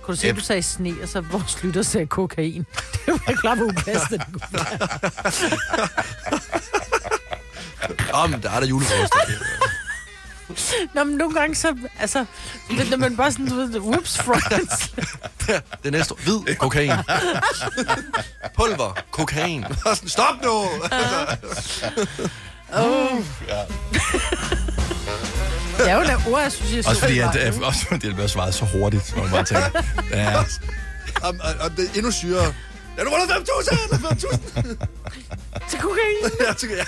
Kunne du se, at du sagde sne, og så vores lytter sagde kokain? Det var klart, hvor upassende det kunne være. Åh, men der er der julefrokost. Nå, men nogle gange så, altså, du ved, når man bare sådan, du ved, whoops, friends. Det næste år. Hvid kokain. Pulver. Kokain. Stop nu! Åh. Ja. Det er jo da ordassociation. Også fordi, at, øh, også fordi det bliver svaret så hurtigt, når man bare tænker, ja, Om, om, om det er endnu syrere. Er du rundt 5.000? Er du 5.000? Til kokain. Ja, så- ja, ja.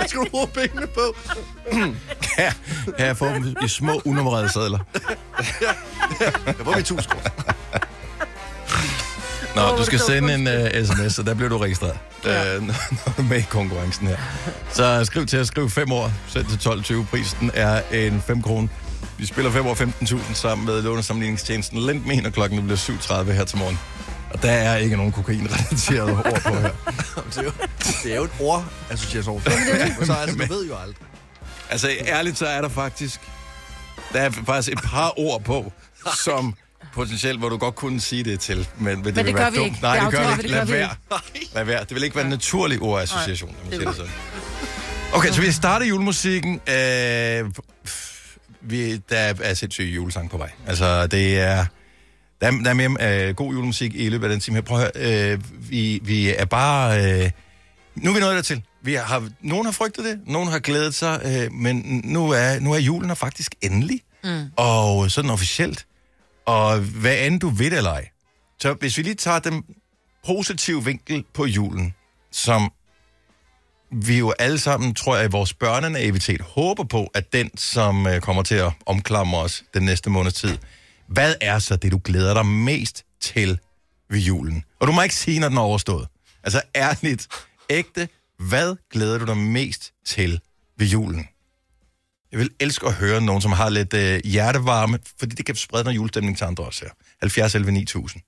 Jeg skal du bruge pengene på. kan, kan jeg få dem i små, unummererede sadler? Jeg bruger mit 1.000 kroner. Nå, du skal sende en uh, sms, og der bliver du registreret, ja. uh, når du er med i konkurrencen her. Så skriv til at skrive 5 år, send til 12.20. Prisen er en 5 kroner. Vi spiller 5 år 15.000 sammen med lånesamligningstjenesten Lendmen, og klokken bliver 7.30 her til morgen. Og der er ikke nogen kokainrelaterede ord på her. Det er jo, det er jo et ord, association. Så altså, du ved jo aldrig. Altså, ærligt, så er der faktisk... Der er faktisk et par ord på, som potentielt, hvor du godt kunne sige det til, men, men det, vil det være gør vi dumt. ikke. Nej, Det det gør vi aftaler ikke. vi, det Lad gør vi være. Lad være. Det vil ikke være en naturlig ordassociation, når man siger det sådan. Okay, så vi starter julemusikken. Øh, pff, vi, der er sindssyge julesang på vej. Altså, det er... Der er, der er mere øh, god julemusik i løbet af den time her. Prøv at høre, øh, vi, vi er bare... Øh, nu er vi nået dertil. Vi har, nogen har frygtet det, nogen har glædet sig, øh, men nu er, nu er julen her faktisk endelig. Mm. Og sådan officielt. Og hvad end du ved eller ej. Så hvis vi lige tager den positive vinkel på julen, som vi jo alle sammen, tror jeg, i vores børnenaivitet håber på, at den, som øh, kommer til at omklamre os den næste måneds tid, hvad er så det, du glæder dig mest til ved julen? Og du må ikke sige, når den er overstået. Altså ærligt, ægte, hvad glæder du dig mest til ved julen? Jeg vil elske at høre nogen, som har lidt øh, hjertevarme, fordi det kan sprede noget julestemning til andre også her. 70 11 9000.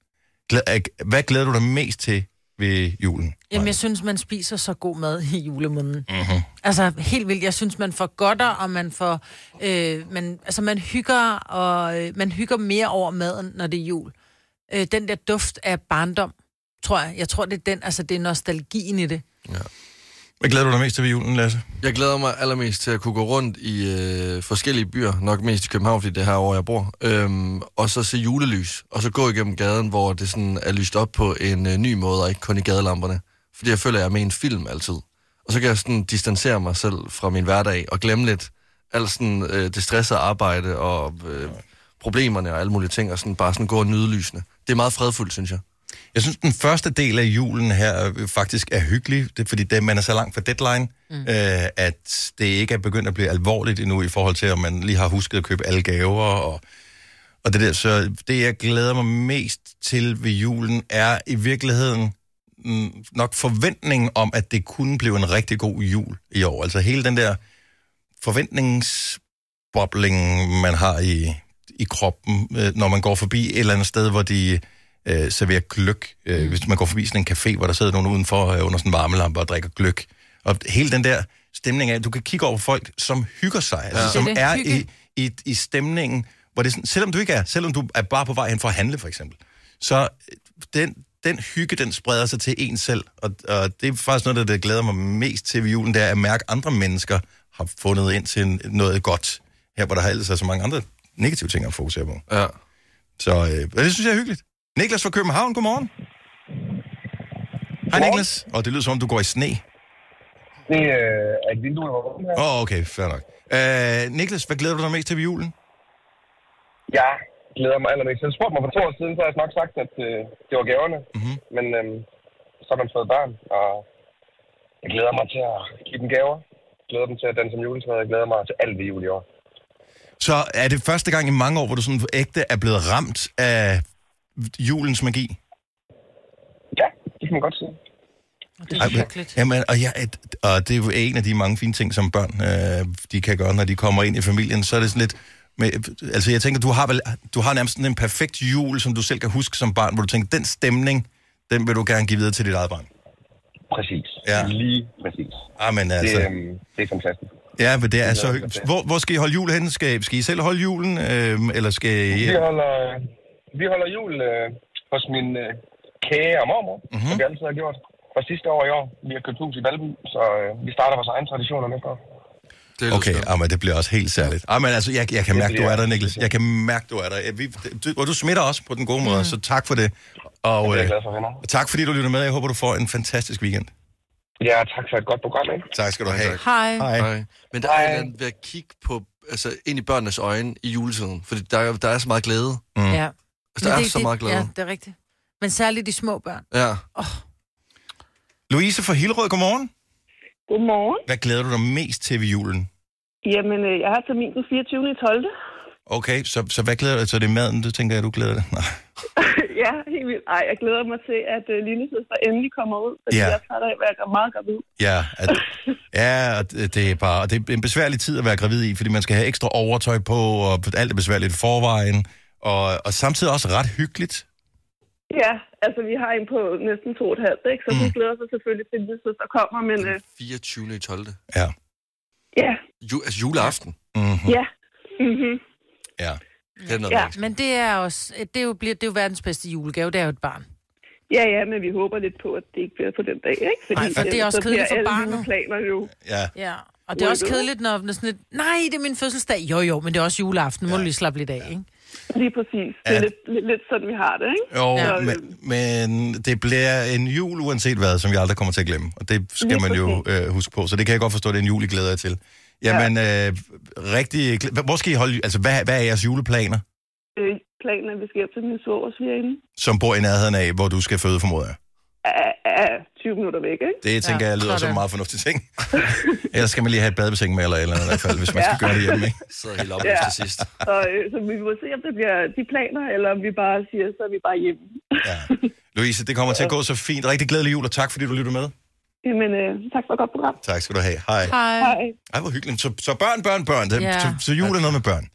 Glæ- øh, hvad glæder du dig mest til ved julen? Jamen, jeg synes, man spiser så god mad i julemåneden. Mm. Mm-hmm. Altså, helt vildt. Jeg synes, man får godter, og man får... Øh, man, altså, man hygger, og øh, man hygger mere over maden, når det er jul. Øh, den der duft af barndom, tror jeg. Jeg tror, det er den, altså, det er nostalgien i det. Hvad glæder du dig mest til ved julen, Lasse? Jeg glæder mig allermest til at kunne gå rundt i øh, forskellige byer, nok mest i København, fordi det er her, hvor jeg bor, øhm, og så se julelys, og så gå igennem gaden, hvor det sådan er lyst op på en øh, ny måde, og ikke kun i gadelamperne. Fordi jeg føler, at jeg er med i en film altid. Og så kan jeg sådan distancere mig selv fra min hverdag, og glemme lidt alt sådan, øh, det stressede arbejde, og øh, problemerne og alle mulige ting, og sådan bare sådan gå og nyde lysene. Det er meget fredfuldt, synes jeg. Jeg synes, den første del af julen her øh, faktisk er hyggelig, det er, fordi det, man er så langt fra deadline, mm. øh, at det ikke er begyndt at blive alvorligt endnu i forhold til, om man lige har husket at købe alle gaver og, og det der. Så det, jeg glæder mig mest til ved julen, er i virkeligheden mm, nok forventningen om, at det kunne blive en rigtig god jul i år. Altså hele den der forventningsbobling, man har i, i kroppen, øh, når man går forbi et eller andet sted, hvor de øh, serverer gløk. Øh, Mm. Hvis man går forbi sådan en café, hvor der sidder nogen udenfor øh, under sådan en varmelampe og drikker gløk. Og hele den der stemning af, at du kan kigge over på folk, som hygger sig, ja. altså, Det som er det. er Hygge. i, i, i stemningen, hvor det er sådan, selvom du ikke er, selvom du er bare på vej hen for at handle, for eksempel, så øh, den, den hygge, den spreder sig til en selv, og, og det er faktisk noget, af det, der glæder mig mest til ved julen, det er at mærke, at andre mennesker har fundet ind til en- noget godt, her hvor der har ellers er så mange andre negative ting at fokusere på. Ja. Så øh, og det synes jeg er hyggeligt. Niklas fra København, godmorgen. Hej Niklas. Og det lyder som om, du går i sne. Det øh, er et vindue, der var åbent her. Åh, oh, okay, fair nok. Øh, Niklas, hvad glæder du dig mest til ved julen? Jeg glæder mig allermest. Jeg spurgte mig for to år siden, så har jeg nok sagt, at øh, det var gaverne. Mhm. Men øh, så har man fået børn, og jeg glæder mig til at give dem gaver. Jeg glæder dem til at danse om juletræet. Jeg glæder mig til alt ved jul i år. Så er det første gang i mange år, hvor du sådan ægte er blevet ramt af julens magi? Ja, det kan man godt sige. Det Ej, er men- hyggeligt. Jamen, og, ja, et, og det er jo en af de mange fine ting, som børn øh, de kan gøre, når de kommer ind i familien. Så er det sådan lidt... Med, altså, jeg tænker, du har, vel, du har nærmest sådan en perfekt jul, som du selv kan huske som barn, hvor du tænker, den stemning, den vil du gerne give videre til dit eget barn. Præcis. Ja. Lige præcis. Amen, Det, altså. øh, det er fantastisk. Ja, men det er så glæder jeg mig hyggeligt. til. Hvor, hvor skal I holde jul hen? Skal, skal I selv holde julen, øh, eller skal I... Vi holder, øh, vi holder jul øh, hos min øh, kære og mormor, mm-hmm. som vi altid har gjort. Fra sidste år i år. Vi har købt hus i Valby, så øh, vi starter vores egen traditioner næste år. Det er lidt Okay, skønt. amen, det bliver også helt særligt. Amen, altså, jeg, jeg kan mærke, du bliver- er der, Niklas. Jeg kan mærke, du er der. Ja, Vi, du, og du smitter også på den gode Mm. måde, så tak for det. Og, Det er øh, jeg glad for, venner. tak fordi du lytter med. Jeg håber, du får en fantastisk weekend. Ja, tak for et godt program, ikke? Tak skal du have. Hej. Hej. Men der er et eller andet ved at kigge på, altså ind i børnenes øjne i juletiden, fordi der, er- der er så meget glæde. Mm. Ja. Altså, Men der er det- så det- meget glæde. Ja, det er rigtigt. Men særligt de små børn. Ja. Oh. Louise fra Hillerød, godmorgen. Godmorgen. Hvad glæder du dig mest til ved julen? Jamen, øh, jeg har termin den 24. 12. Okay, så, så hvad glæder du dig? Så er det maden, du tænker, at du glæder dig? Nej. ja, helt vildt. Ej, jeg glæder mig til, at øh, lille søster endelig kommer ud, fordi Ja. yeah. jeg tager dig af, at jeg er meget gravid. Ja, at, ja og det det er bare og det er en besværlig tid at være gravid i, fordi man skal have ekstra overtøj på, og alt er besværligt i forvejen, og, og samtidig også ret hyggeligt. Ja, altså vi har en på næsten to og et halvt, ikke? så mm. hun glæder sig selvfølgelig til, at lille søster kommer, men øh, 24. i 12. Ja. Ja. Ju, altså juleaften. Mm-hmm. ja. Mm-hmm. Mhm. Ja. Det er noget Ja. ja. Men det er også, det er jo, bliver, det er jo verdens bedste julegave, det er jo et barn. Ja, ja, men vi håber lidt på, at det ikke bliver på den dag, ikke? Nej, for øh, det er også så kedeligt bliver for alle barnet. mine planer jo. Ja. Ja. Og det er også Rykket. kedeligt, når det er sådan lidt, nej, det er min fødselsdag. Jo, jo, men det er også juleaften. Må du lige slappe lidt af, ikke? Lige præcis. Det er Ja. lidt, lidt, lidt sådan, vi har det, ikke? Jo, Så, ja. øh, men, men det bliver en jul uanset hvad, som jeg aldrig kommer til at glemme. Og det skal Lige man jo øh, huske på, så det kan jeg godt forstå, det er en jul, I glæder jer til. Jamen, øh, rigtig... glæ- Hvor skal I holde... Altså, hvad, hvad er jeres juleplaner, øh, planen er, at vi skal hjem til min svogers svigerinde. som bor i nærheden af, hvor du skal føde, formoder jeg? Er, er 20 minutter væk, ikke? Det tænker ja, jeg lyder som en meget fornuftig ting. Ellers skal man lige have et badebassin med, eller et eller andet i hvert fald, hvis man skal Ja. gøre det hjemme, ikke? Så helt op Ja. til sidst. Så, øh, så vi må se, om det bliver de planer, eller om vi bare siger, så er vi bare hjemme. Louise, det kommer til at gå så fint. Rigtig glædelig jul, og tak fordi du lytter med. Men øh, tak for et godt program. Tak skal du have. Hej. Hej. Ej, hvor hyggeligt. Så, så børn, børn, børn. Det, Ja. så, så jul er noget med børn.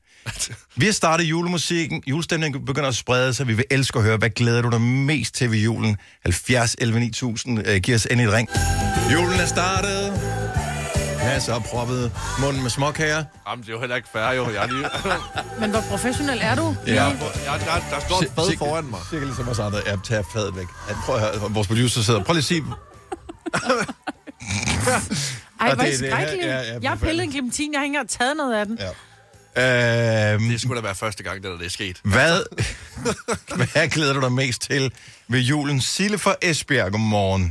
Vi har startet julemusikken. Julestemningen begynder at sprede sig. Vi vil elske at høre, hvad glæder du dig mest til ved julen? 70 11 9000. Øh, giv os endelig et ring. Julen er startet. Mads har proppet munden med småkager. Jamen, det er jo heller ikke fair, jo. Jeg er lige... Men hvor professionel er du? Ja. Lige- jeg, der, der står et fad foran mig. Cirka ligesom os andre. Ja, tag fadet væk. Ja, prøv at høre, vores producer sidder. Prøv lige at sige... øhm, Ej, Og hvor er det er det I her- skrækkelige. ja, ja, Jeg har pillet en clementine, jeg har ikke engang taget noget af den. Ja. Øhm, det skulle da være første gang, det der det er sket. Hvad, hvad glæder du dig mest til ved julen? Sille fra Esbjerg, godmorgen.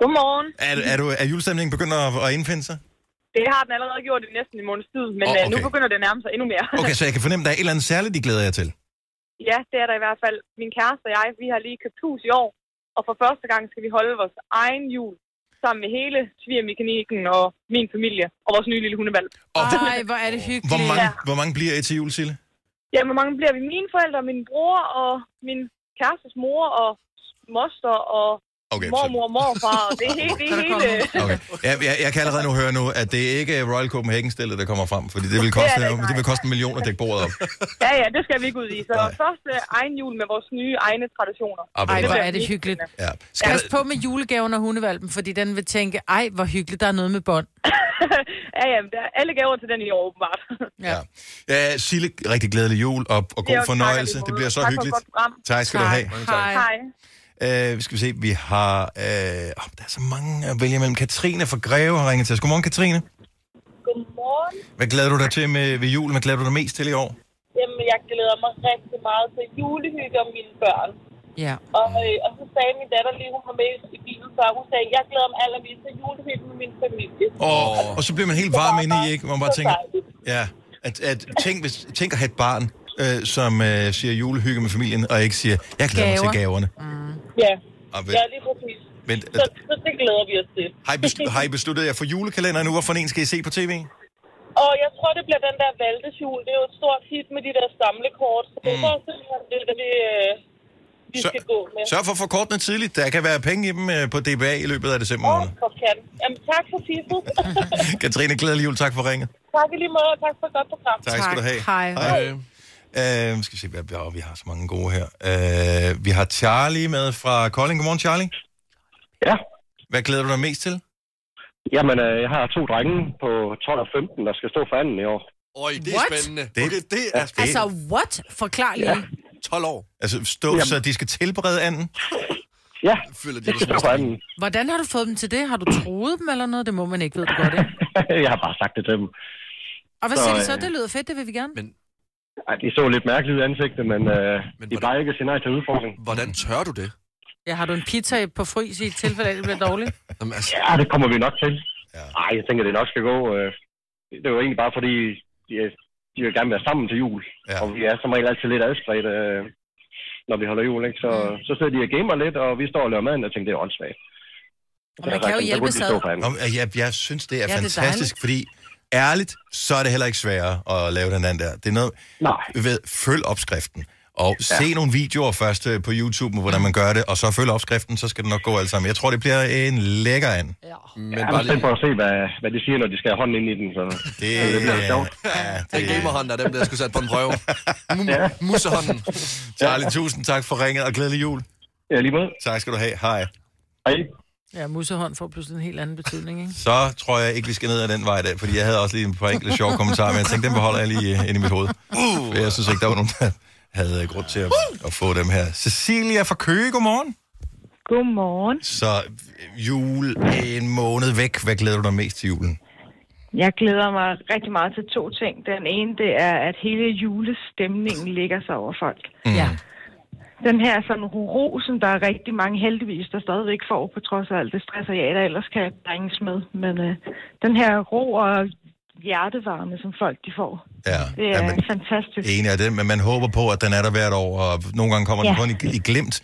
Godmorgen. Er, er, du, er julestemningen begyndt at, at indfinde sig? Det har den allerede gjort i næsten en måneds tid, men Åh, oh, okay. nu okay. begynder det at nærme sig endnu mere. Okay, så jeg kan fornemme, at der er et eller andet særligt, de glæder jer til. ja, det er der i hvert fald. Min kæreste og jeg, vi har lige købt hus i år, og for første gang skal vi holde vores egen jul sammen med hele svigermekanikken og min familie og vores nye lille hundevalg. Ej, hvor er det hyggeligt. Hvor mange, Ja. hvor mange bliver I til jul, Sille? Ja, hvor mange bliver vi? Mine forældre, min bror og min kærestes mor og moster og Okay, okay, så- mormor og morfar, og det er hele... Det er hele... Okay. Jeg, jeg, jeg kan allerede nu høre nu, at det ikke er Royal Copenhagen-stillet, der kommer frem, fordi det vil koste, Det er det det, det vil koste en million at dække bordet op. Ja, ja, det skal vi ikke ud i. Så første egen jul med vores nye egne traditioner. Ah, hvor Ej, hvor godt. er det hyggeligt. Ja. Skal Pas på med julegaven og hundevalpen, fordi den vil tænke, ej, hvor hyggeligt, der er noget med bånd. ja, ja, men der er alle gaver til den i år, åbenbart. Ja. Ja, Sille, rigtig glædelig jul og, og god Jo, tak, fornøjelse. og lige Det bliver så måde. Tak for et hyggeligt. godt program. tak skal du Tak. have. Hej. Hej. Uh, skal vi se, vi har... Uh, oh, der er så mange at vælge imellem. Katrine fra Greve har ringet til os. Godmorgen, Katrine. Godmorgen. Hvad glæder du dig til med, ved jul? Hvad glæder du dig mest til i år? Jamen, jeg glæder mig rigtig meget til julehygge om mine børn. Ja. Og, øh, og så sagde min datter lige, hun var med i bilen før, hun sagde, jeg glæder mig allermest til julehygge med min familie. Og, og så bliver man helt varm inde i, ikke? Hvor Man bare så tænker... dejligt. Ja, at, at tænk, hvis, tænk at have et barn, øh, som øh, siger julehygge med familien, og ikke siger, jeg glæder mig til gaverne. Ja, Og vel- ja lige præcis. Men Så, øh, så det glæder vi os til. har, I beslu- har I besluttet jer for julekalenderen nu? Hvorfor en skal I se på tv? Og jeg tror, det bliver den der valtesjul. Det er jo et stort hit med de der samlekort. Så det Mm. tror jeg simpelthen, det er det, vi, øh, vi Så- skal gå med. Sørg for at få kortene tidligt. Der kan være penge i dem øh, på DBA i løbet af december måned. for kan. Jamen, tak for tidsen. Katrine, glædelig jul. Tak for ringet. tak i lige måde, og tak for et godt program. Tak, skal du have. Hej. Øh, skal vi se, hvad oh, vi har så mange gode her. Øh, vi har Charlie med fra Kolding. Godmorgen, Charlie. Ja. Hvad glæder du dig mest til? Jamen, øh, jeg har to drenge på 12 og 15, der skal stå for anden i år. Øj, det er What? spændende. Okay, det er spændende. Altså, what? Forklar lige. Ja. 12 år. Altså, stå Jamen. så, de skal tilberede anden? Ja, Føler de, de skal stå for anden. Hvordan har du fået dem til det? Har du troet dem eller noget? Det må man ikke, ved du godt, ikke? jeg har bare sagt det til dem. Og hvad siger de så? øh, Det lyder fedt, det vil vi gerne. Men... Ej, de så lidt mærkeligt ud i ansigtet, men, øh, men de bare ikke at sige nej til udfordringen. Hvordan tør du det? Ja, har du en pizza på frys i et tilfælde, af, det bliver dårligt? altså- Ja, det kommer vi nok til. Nej, jeg tænker, det nok skal gå. øh, Det var egentlig bare fordi, de, de vil gerne være sammen til jul. Ja. Og vi er som regel altid lidt adspredte, øh, når vi holder jul. Ikke? Så, mm. så sidder de og gamer lidt, og vi står og laver maden og tænker, det er åndssvagt. Og man kan jo hjælpe sig. Nå, men jeg, jeg synes, det er Ja, det ja, er fantastisk, dejligt. det er fordi ærligt, så er det heller ikke sværere at lave den anden der. Det er noget, Nej. Ved, følg opskriften. Og ja. Ja. se nogle videoer først øh, på YouTube, med, hvordan man gør det, og så følg opskriften, så skal det nok gå alt sammen. Jeg tror, det bliver en lækker and. Mm, Men jeg er spændt på at se, hvad, hvad de siger, når de skal have hånden ind i den. Så det, det bliver sjovt. Det er gamerhånd, der er dem, der skulle sat på en prøve. Ja. Mussehånden. Charlie, tusind tak for ringet, og glædelig jul. Ja, lige måde. Tak skal du have. Hej. Hej. Ja, mussehånd får pludselig en helt anden betydning, ikke? Så tror jeg ikke, vi skal ned ad den vej i dag, fordi jeg havde også lige en par enkelte sjove kommentarer, men jeg tænkte, den beholder jeg lige øh, inde i mit hoved. Uh. Jeg synes ikke, der var nogen, der havde øh, grund til at, Uh. at få dem her. Cecilia fra Køge, godmorgen. Godmorgen. Så øh, jul en måned væk. Hvad glæder du dig mest til julen? Jeg glæder mig rigtig meget til to ting. Den ene, det er, at hele julestemningen ligger sig over folk. Ja. Den her sådan rosen, der er rigtig mange heldigvis, der stadigvæk får, på trods af alt det stress og ja, der ellers kan bringes med. Men øh, den her ro og hjertevarme, som folk de får, Ja. det er fantastisk. Enig af det, men man håber på, at den er der hvert år, og nogle gange kommer den Ja. kun i, i glimt,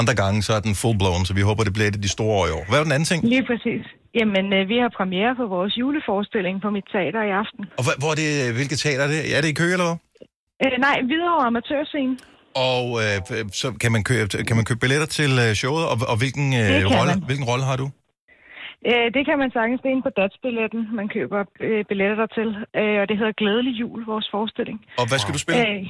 andre gange så er den full blown, så vi håber, det bliver et af de store år i år. Hvad er den anden ting? Lige præcis. Jamen, øh, vi har premiere på vores juleforestilling på mit teater i aften. Og hvad, hvor er det, øh, hvilket teater er det? Er det i Køge eller hvad? Øh, nej, videre amatørscene. Og øh, øh, så kan man købe, kan man købe billetter til øh, showet, og, og hvilken, Det øh, kan rolle, man. hvilken rolle har du? Øh, det kan man sagtens. Det er inde på datsbilletten, man køber øh, billetter dertil. Øh, og det hedder Glædelig Jul, vores forestilling. Og hvad skal du spille? Øh,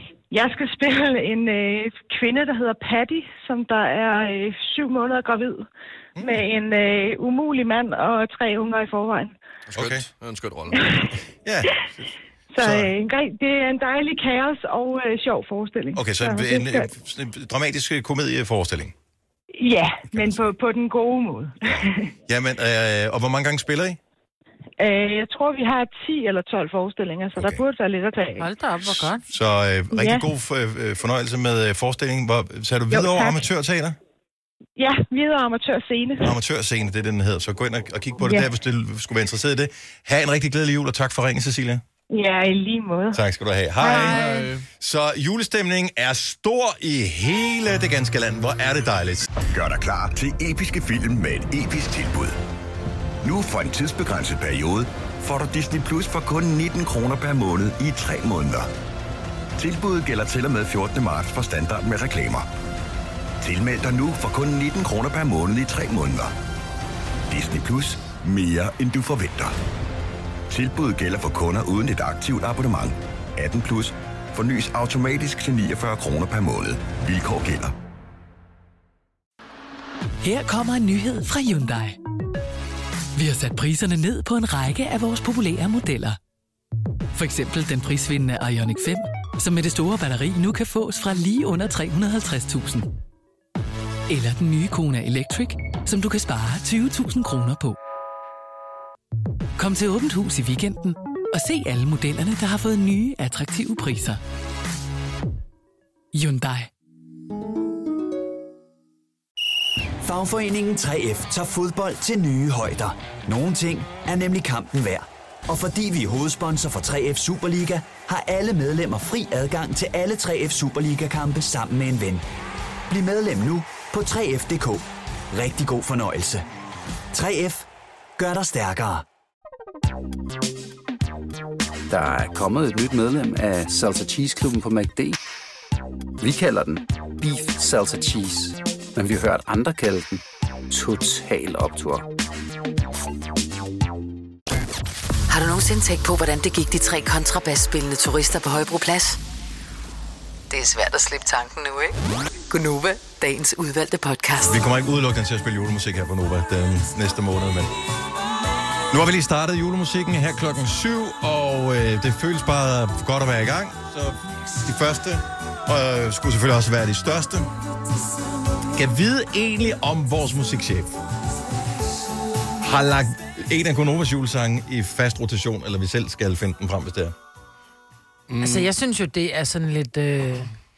jeg skal spille en øh, kvinde, der hedder Patty, som der er øh, syv måneder gravid. Mm. Med en øh, umulig mand og tre unger i forvejen. Okay. Det er en skøn rolle. Så, øh, en grej- det er en dejlig kaos og øh, sjov forestilling. Okay, så det en, skal- øh, sådan en dramatisk øh, komedieforestilling. Ja, men på, på den gode måde. Jamen, øh, og hvor mange gange spiller I? øh, jeg tror, vi har 10 eller 12 forestillinger, så okay. der burde være lidt at tage. Hold da op, hvor godt. Så øh, rigtig Ja. god f- øh, fornøjelse med øh, forestillingen. Hvor, så er du Jo, videre over tak. amatørteater? Ja, videre amatørscene. Amatørscene, det er det, den hedder. Så gå ind og, og kig på det Ja. der, hvis du skulle være interesseret i det. Ha' en rigtig glædelig jul, og tak for ringen, Cecilia. Ja, i lige måde. Tak skal du have. Hej. Hej. Så julestemningen er stor i hele det ganske land. Hvor er det dejligt. Gør dig klar til episke film med et episk tilbud. Nu for en tidsbegrænset periode får du Disney Plus for kun 19 kroner per måned i 3 måneder. Tilbuddet gælder til og med 14. marts for standard med reklamer. Tilmeld dig nu for kun 19 kroner per måned i 3 måneder. Disney Plus. Mere end du forventer. Tilbuddet gælder for kunder uden et aktivt abonnement. 18 plus. Fornyes automatisk til 49 kroner per måned. Vilkår gælder. Her kommer en nyhed fra Hyundai. Vi har sat priserne ned på en række af vores populære modeller. For eksempel den prisvindende Ioniq 5, som med det store batteri nu kan fås fra lige under 350.000. Eller den nye Kona Electric, som du kan spare 20.000 kroner på. Kom til Åbent Hus i weekenden og se alle modellerne, der har fået nye, attraktive priser. Hyundai. Fagforeningen 3F tager fodbold til nye højder. Nogle ting er nemlig kampen værd. Og fordi vi er hovedsponsor for 3F Superliga, har alle medlemmer fri adgang til alle 3F Superliga-kampe sammen med en ven. Bliv medlem nu på 3F.dk. Rigtig god fornøjelse. 3F gør dig stærkere. Der er kommet et nyt medlem af Salsa Cheese Klubben på MACD. Vi kalder den Beef Salsa Cheese, men vi har hørt andre kalde den Total Optor. Har du nogensinde tænkt på, hvordan det gik de tre kontrabasspillende turister på Højbroplads? Det er svært at slippe tanken nu, ikke? Gunova, dagens udvalgte podcast. Vi kommer ikke udelukkende til at spille julemusik her på Nova den næste måned, men... Nu har vi lige startet julemusikken her klokken 7, og øh, det føles bare godt at være i gang. Så de første øh, skulle selvfølgelig også være de største. Kan vide egentlig om vores musikchef har lagt en af Konovas julesange i fast rotation, eller vi selv skal finde den frem, hvis det er. Altså, Mm. Altså, jeg synes jo, det er sådan lidt øh,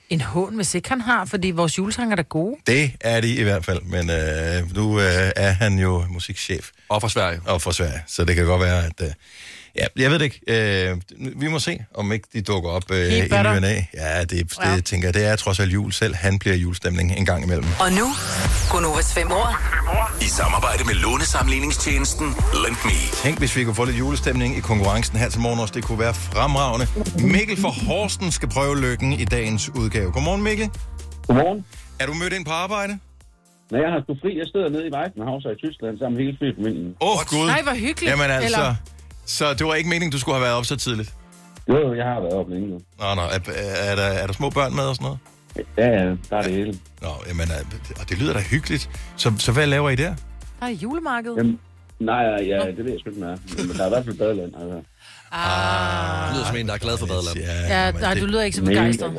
en hån, hvis ikke han har, fordi vores julesange er da gode. Det er de i hvert fald, men øh, nu øh, er han jo musikchef. Og fra Sverige. Og fra Sverige, så det kan godt være, at... Øh, ja, jeg ved det ikke. Øh, vi må se, om ikke de dukker op øh, i Helt butter. ny og næ. Ja, det, det ja. tænker jeg. Det er trods alt jul selv. Han bliver julestemning en gang imellem. Og nu, Gunovas fem år. I samarbejde med lånesamligningstjenesten Lend Me. Tænk, hvis vi kunne få lidt julestemning i konkurrencen her til morgen også. Det kunne være fremragende. Mikkel fra Horsten skal prøve lykken i dagens udgave. Godmorgen, Mikkel. Godmorgen. Er du mødt ind på arbejde? Når jeg har sgu fri, jeg sidder nede i Weizenhauser i Tyskland sammen med hele familien. Åh, oh, gud. Nej, hvor hyggeligt. Jamen altså, Eller- så det var ikke meningen, du skulle have været op så tidligt? Jo, jeg har været op længe nu. Nå, nå. Er, er, der, er der små børn med og sådan noget? Ja, ja, der er det hele. Nå, jamen, er, og det lyder da hyggeligt. Så, så hvad laver I der? Der er julemarked. Jamen, nej, ja, det ved jeg sgu ikke, hvad er. Men der er i hvert fald badeland. Altså. Ah. Du lyder som en, der er glad for badeland. Ja, nej, du lyder ikke så begejstret.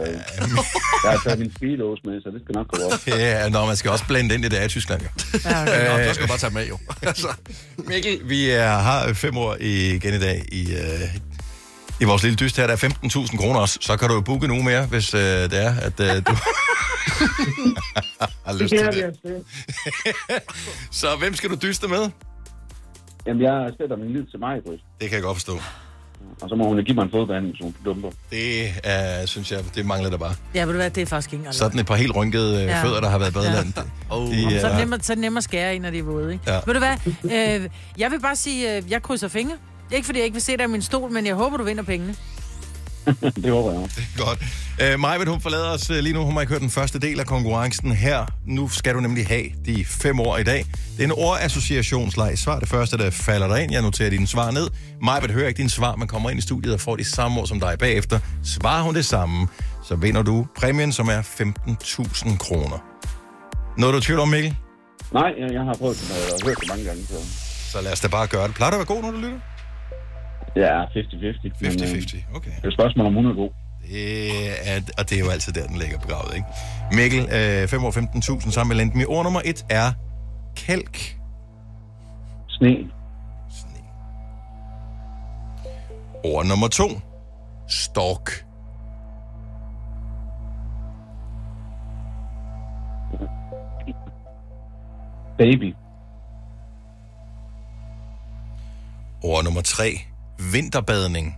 Jeg har taget min speedos med, så det skal nok gå op. Ja, nå, man skal også blande ind i det af Tyskland, jo. Ja, okay. Nå, Øh, der skal du bare tage med, jo. altså, Mikkel, vi er, har fem år igen i dag i, øh, i vores lille dyst her. Der er 15.000 kroner også. Så kan du jo booke en uge mere, hvis øh, det er, at øh, du har lyst til det. Så hvem skal du dyste med? Jamen, jeg sætter min lid til mig, Chris. Det kan jeg godt forstå. Og så må hun jo give mig en fodbehandling, så hun dumper. Det øh, synes jeg, det mangler der bare. Ja, ved du hvad, det er faktisk ikke engang. Sådan et par helt rynkede øh, Ja. fødder, der har været i badeland. Ja. Oh, Yeah. Så er det nemmere, så er det nemmere at skære ind, når de er våde, ikke? Ja. Ved du hvad, øh, jeg vil bare sige, øh, jeg krydser fingre. Ikke fordi jeg ikke vil se dig i min stol, men jeg håber, du vinder pengene. det håber jeg. Det er godt. Øh, Majbet, hun forlader os øh, lige nu. Hun har ikke hørt den første del af konkurrencen her. Nu skal du nemlig have de fem ord i dag. Det er en ordassociationsleg. Svar det første, der falder dig ind. Jeg noterer dine svar ned. Majbet hører ikke dine svar, men kommer ind i studiet og får de samme ord som dig bagefter. Svarer hun det samme, så vinder du præmien, som er 15.000 kroner. Noget du er i tvivl om, Mikkel? Nej, jeg, jeg har prøvet det, og jeg har hørt det mange gange. Så. Så lad os da bare gøre det. Plejer du at være god, når du lytter? Ja, øh, 50-50. 50-50, okay. Det er et spørgsmål, om hun er god. Det er, og det er jo altid der, den ligger begravet, ikke? Mikkel, øh, 5 år 15.000 sammen med Lenten. Ord nummer 1 er kalk. Sne. Ord nummer 2, stork. Baby. Ord nummer 3, vinterbadning.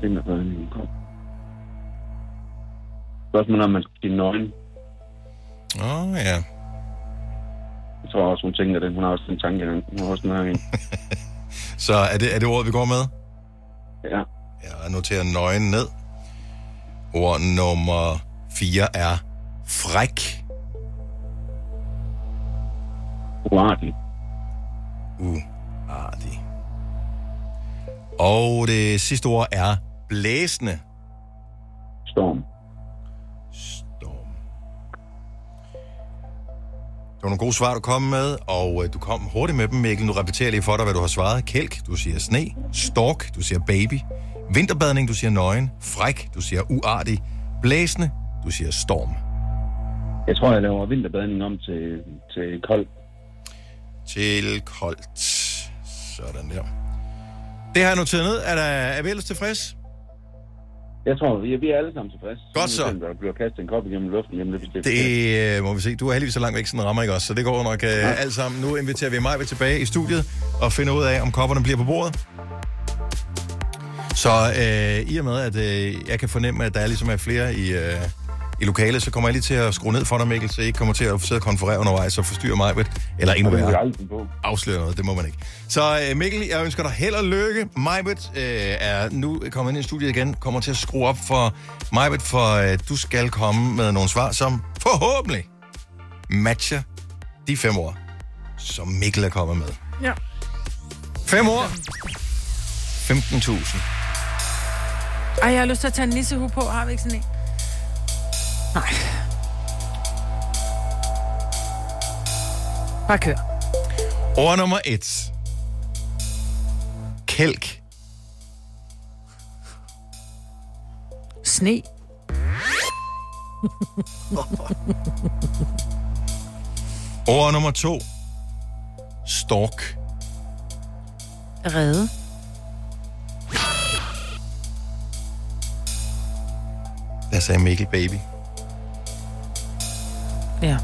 Det er noget, Spørgsmålet er, om man skal give nøgen. Åh, oh, ja. Jeg tror også, hun tænker det. Hun har også den tanke, at hun har også den her en. Så er det, er det ordet, vi går med? Ja. Jeg noterer nøgen ned. Ord nummer 4 er fræk. Uartig. Uartig. Og det sidste ord er blæsende. Storm. Det var nogle gode svar, du kom med, og øh, du kom hurtigt med dem, Mikkel. Nu repeterer jeg lige for dig, hvad du har svaret. Kælk, du siger sne. Stork, du siger baby. Vinterbadning, du siger nøgen. Fræk, du siger uartig. Blæsende, du siger storm. Jeg tror, jeg laver vinterbadning om til, til kold. Til koldt. Sådan der. Det har jeg noteret ned. Er, der, er vi ellers tilfreds? Jeg tror, vi er, vi er alle sammen tilfredse. Godt så. Der bliver kastet en kop igennem luften. Jamen, det, Det øh, må vi se. Du er heldigvis så langt væk, sådan rammer ikke også, så det går nok øh, alt sammen. Nu inviterer vi mig tilbage i studiet og finder ud af, om kopperne bliver på bordet. Så øh, i og med, at øh, jeg kan fornemme, at der ligesom er flere i, øh, i lokalet, så kommer jeg lige til at skrue ned for dig, Mikkel, så I ikke kommer til at sidde og konferere undervejs og forstyrre mig, eller endnu Det må vi værre. aldrig finde på. Afsløre noget, det må man ikke. Så øh, Mikkel, jeg ønsker dig held og lykke. Majbet øh, er nu kommet ind i studiet igen, kommer til at skrue op for Majbet, for øh, du skal komme med nogle svar, som forhåbentlig matcher de fem ord, som Mikkel er kommet med. Ja. Fem ord. 15.000. Ej, jeg har lyst til at tage en nissehue på. Har vi ikke sådan en? Nej. Bare kør. Ord nummer et. Kælk. Sne. Ord nummer to. Stork. Rede. sagde Mikkel Baby. Ja. Hvis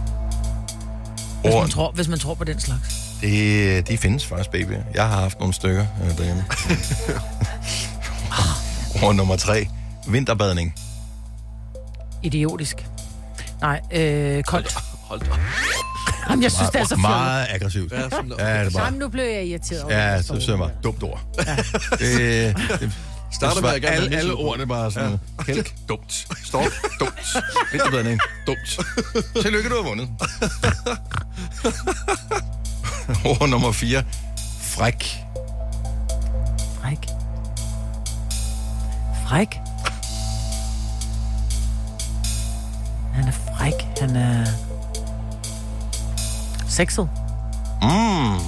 man, Ord, tror, hvis man tror på den slags. det, de findes faktisk, baby. Jeg har haft nogle stykker øh, derhjemme. Ord nummer tre. Vinterbadning. Idiotisk. Nej, øh, koldt. Hold da. Jamen, jeg synes, det er så Meget aggressivt. Ja, sådan ja, det fjollet. var. Jamen, nu blev jeg irriteret. over Ja, det. så sømmer. Dumt ord. Det, det, Starter med, at jeg gerne vil alle, have alle misudbrud. ordene bare sådan. Ja. Kælk. Dumt. Storm. Dumt. Vinterbadning. Dumt. Tillykke, du har vundet. Ord nummer 4. Fræk. Fræk. Fræk. Han er fræk. Han er... Sexet. Mm.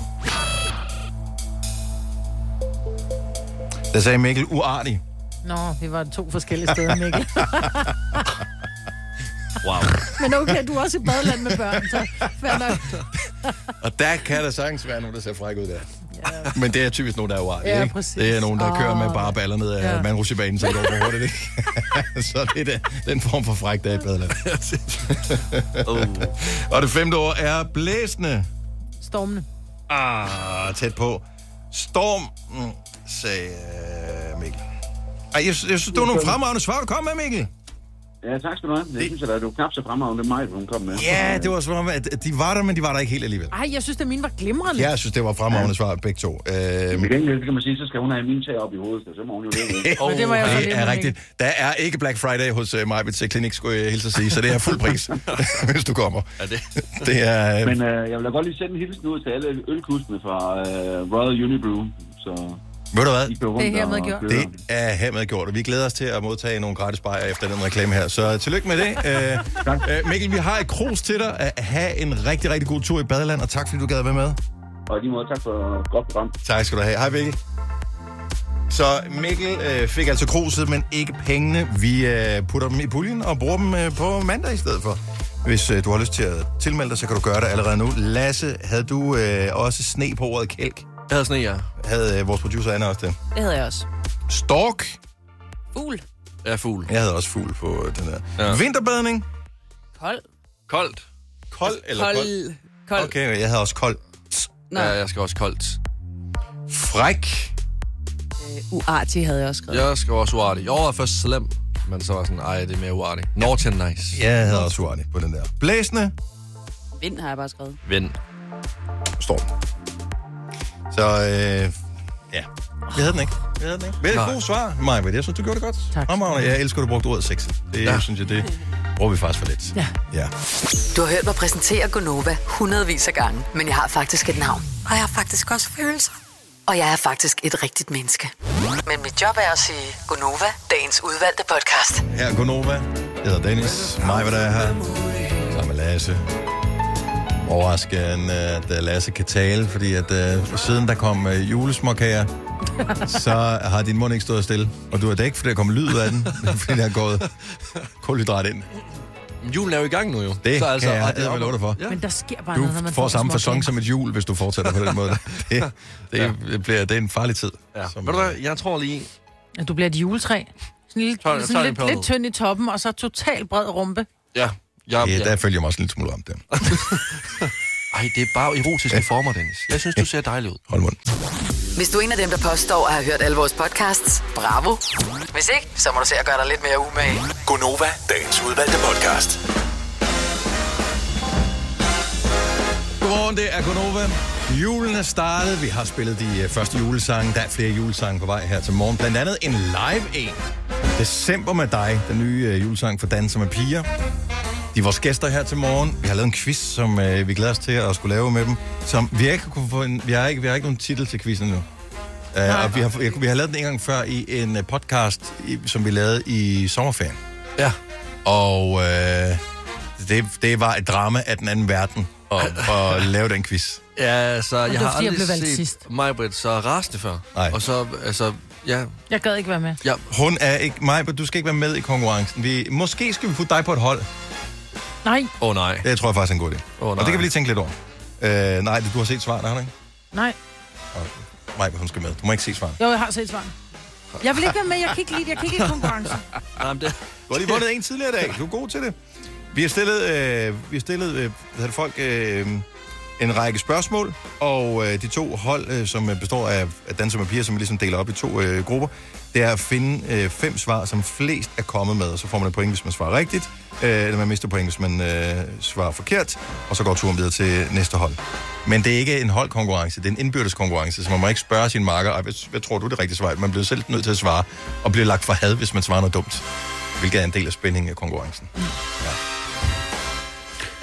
Der sagde Mikkel uartig. Nå, vi var to forskellige steder, Mikkel. Wow. Men okay, du er også i badeland med børn, så fair nok. Og der kan der sagtens være nogen, der ser fræk ud der. Ja. Men det er typisk nogen, der er uartige. Ja, ikke? præcis. Det er nogen, der Åh. kører med bare baller ned af Ja. ja. mandrutsjebanen, så det går for hurtigt. Ikke? så det er det, den form for fræk, der er i badeland. oh. Og det femte år er blæsende. Stormene. Ah, tæt på. Storm, mm, sagde øh, Mikkel. Ej, jeg, jeg synes, det var nogle fremragende svar, du kom med, Mikkel. Ja, tak skal du have. Jeg synes, at du er knap så fremragende mig, hun kom med. Ja, det var som om, at de var der, men de var der ikke helt alligevel. Ej, jeg synes, at mine var glimrende. Jeg synes, det var fremragende svar, begge to. Øhm, Til gengæld kan man sige, så skal hun have mine tag op i hovedet, så må hun jo det med. Åh, det er rigtigt. Der er ikke Black Friday hos uh, Majbits Klinik, skulle jeg hilse at sige, så det er fuld pris, hvis du kommer. Er det? Det er... øh, Men øh, jeg vil da godt lige sende en hilsen ud til alle ølkustene fra øh, Royal Unibrew. Så Ved du hvad? I kører rundt Det er hermed og gjort. kører. Det er hermed gjort, og vi glæder os til at modtage nogle gratis bajer efter den reklame her. Så tillykke med det. Øh, øh, Mikkel, vi har et krus til dig. Øh, Ha' en rigtig, rigtig god tur i Badeland, og tak fordi du gad at være med. Og i lige måde, tak for et godt program. Tak skal du have. Hej Mikkel. Så Mikkel øh, fik altså kruset, men ikke pengene. Vi øh, putter dem i puljen og bruger dem øh, på mandag i stedet for. Hvis øh, du har lyst til at tilmelde dig, så kan du gøre det allerede nu. Lasse, havde du øh, også sne på ordet kælk? Jeg havde sne, ja. Havde øh, vores producer Anna også det? Det havde jeg også. Stork. Fugl. Ja, fugl. Jeg havde også fugl på øh, den der. Ja. Vinterbadning. Kold. Koldt. Kold eller kold? Altså, Kold. Kold. Okay, jeg havde også kold. Nå. Ja, jeg skal også koldt. Fræk. Øh, Uartig havde jeg også skrevet. Jeg skrev også uartig. Jeg var først slem, men så var jeg sådan, ej, det er mere uartig. Norton nice. Jeg havde også uartig på den der. Blæsende. Vind har jeg bare skrevet. Vind. Storm. Så øh, ja, vi havde den ikke. Vi havde den ikke. Vel, Nej. gode svar, Maja. Jeg synes, du gjorde det godt. Tak. Fremragende. Jeg elsker, at du brugte ordet sexet. Det ja. synes jeg, det bruger vi faktisk for lidt. Ja. ja. Du har hørt mig præsentere Gonova hundredvis af gange, men jeg har faktisk et navn. Og jeg har faktisk også følelser. Og jeg er faktisk et rigtigt menneske. Men mit job er at sige Gonova, dagens udvalgte podcast. Her er Gonova. Jeg hedder Dennis. Maja, der er her. Sammen med Lasse. Overraskende, at øh, Lasse kan tale, fordi at øh, siden der kom øh, julesmåkager, så har din mund ikke stået stille. Og du er det ikke, fordi der kom lyd ud af den, men fordi der er gået kulhydrat ind. Men julen er jo i gang nu, jo. Det kan jeg ej, det er eddermame love dig for. Ja. Men der sker bare Du noget, når man får samme småkager. fasong som et jul, hvis du fortsætter på den måde. Det, det, det, bliver, det er en farlig tid. Ja. Ved du hvad, jeg tror lige... At du bliver et juletræ. Sådan, lidt, Tøj- sådan tøj- lidt, tøj- lidt tynd i toppen, og så total bred rumpe. Ja. Jeg, ja, der følger jeg mig også en lille smule om det. Ej, det er bare erotiske former, Dennis. Jeg synes, du ser dejlig ud. Hold mund. Hvis du er en af dem, der påstår at have hørt alle vores podcasts, bravo. Hvis ikke, så må du se at gøre dig lidt mere umage. Gonova, dagens udvalgte podcast. Godmorgen, det er Gunova. Julen er startet. Vi har spillet de øh, første julesange. Der er flere julesange på vej her til morgen. Blandt andet en live en. December med dig, den nye øh, julesang for Danser med Piger. De er vores gæster her til morgen. Vi har lavet en quiz, som øh, vi glæder os til at skulle lave med dem. Som vi har ikke kunne få en, vi har ikke, vi har ikke nogen titel til quizzen nu. Uh, og vi har, vi har lavet den en gang før i en øh, podcast, i, som vi lavede i sommerferien. Ja. Og øh, det, det var et drama af den anden verden at, at lave den quiz. Ja, så det jeg var, har fordi jeg aldrig blev valgt set sidst. Majbrit så rasende før. Nej. Og så, altså, ja, Jeg gad ikke være med. Ja. Hun er ikke... Maja, du skal ikke være med i konkurrencen. Vi, måske skal vi putte dig på et hold. Nej, Åh oh, nej. Det tror jeg faktisk er en god idé. Oh, Og det kan vi lige tænke lidt over. Øh, nej, du har set svarene, har du ikke? nej. Maja, hun skal med. Du må ikke se svarene. Jo, jeg har set svaren. Jeg vil ikke være med. Jeg kan ikke lide det. Jeg kan ikke lide konkurrence. Jamen, det... Du har lige vundet en tidligere i dag. Du er god til det. Vi har stillet, øh, vi har stillet øh, hvad hedder det, folk øh, en række spørgsmål, og øh, de to hold, øh, som øh, består af, af danser med piger, som vi ligesom deler op i to øh, grupper, det er at finde øh, fem svar, som flest er kommet med, og så får man et point, hvis man svarer rigtigt, øh, eller man mister point, hvis man øh, svarer forkert, og så går turen videre til næste hold. Men det er ikke en holdkonkurrence, det er en indbyrdes konkurrence, så man må ikke spørge sin marker, "Ej, hvad, hvad tror du er det rigtige svar? er?" Man bliver selv nødt til at svare, og bliver lagt for had, hvis man svarer noget dumt, hvilket er en del af spændingen af konkurrencen. Mm.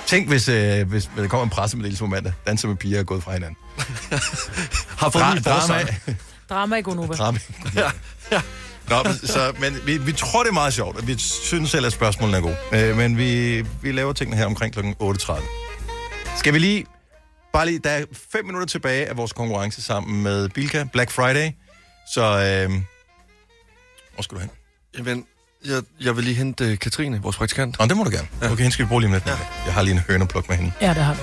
Tænk, hvis, øh, hvis der kommer en pressemeddelelse på mandag. Danser med piger er gået fra hinanden. Har fået Dra- ny drama, forsanger. Drama i Gonova. drama. Nå, men så, men vi, vi tror, det er meget sjovt, og vi synes selv, at spørgsmålene er gode. Øh, men vi, vi laver tingene her omkring kl. 8.30. Skal vi lige... Bare lige, der er fem minutter tilbage af vores konkurrence sammen med Bilka Black Friday. Så... Øh, hvor skal du hen? Jamen, jeg, jeg vil lige hente øh, Katrine, vores praktikant. Nå, det må du gerne. Ja. Okay, hende skal vi bruge lige om lidt. Ja. Jeg har lige en hønepluk med hende. Ja, det har vi.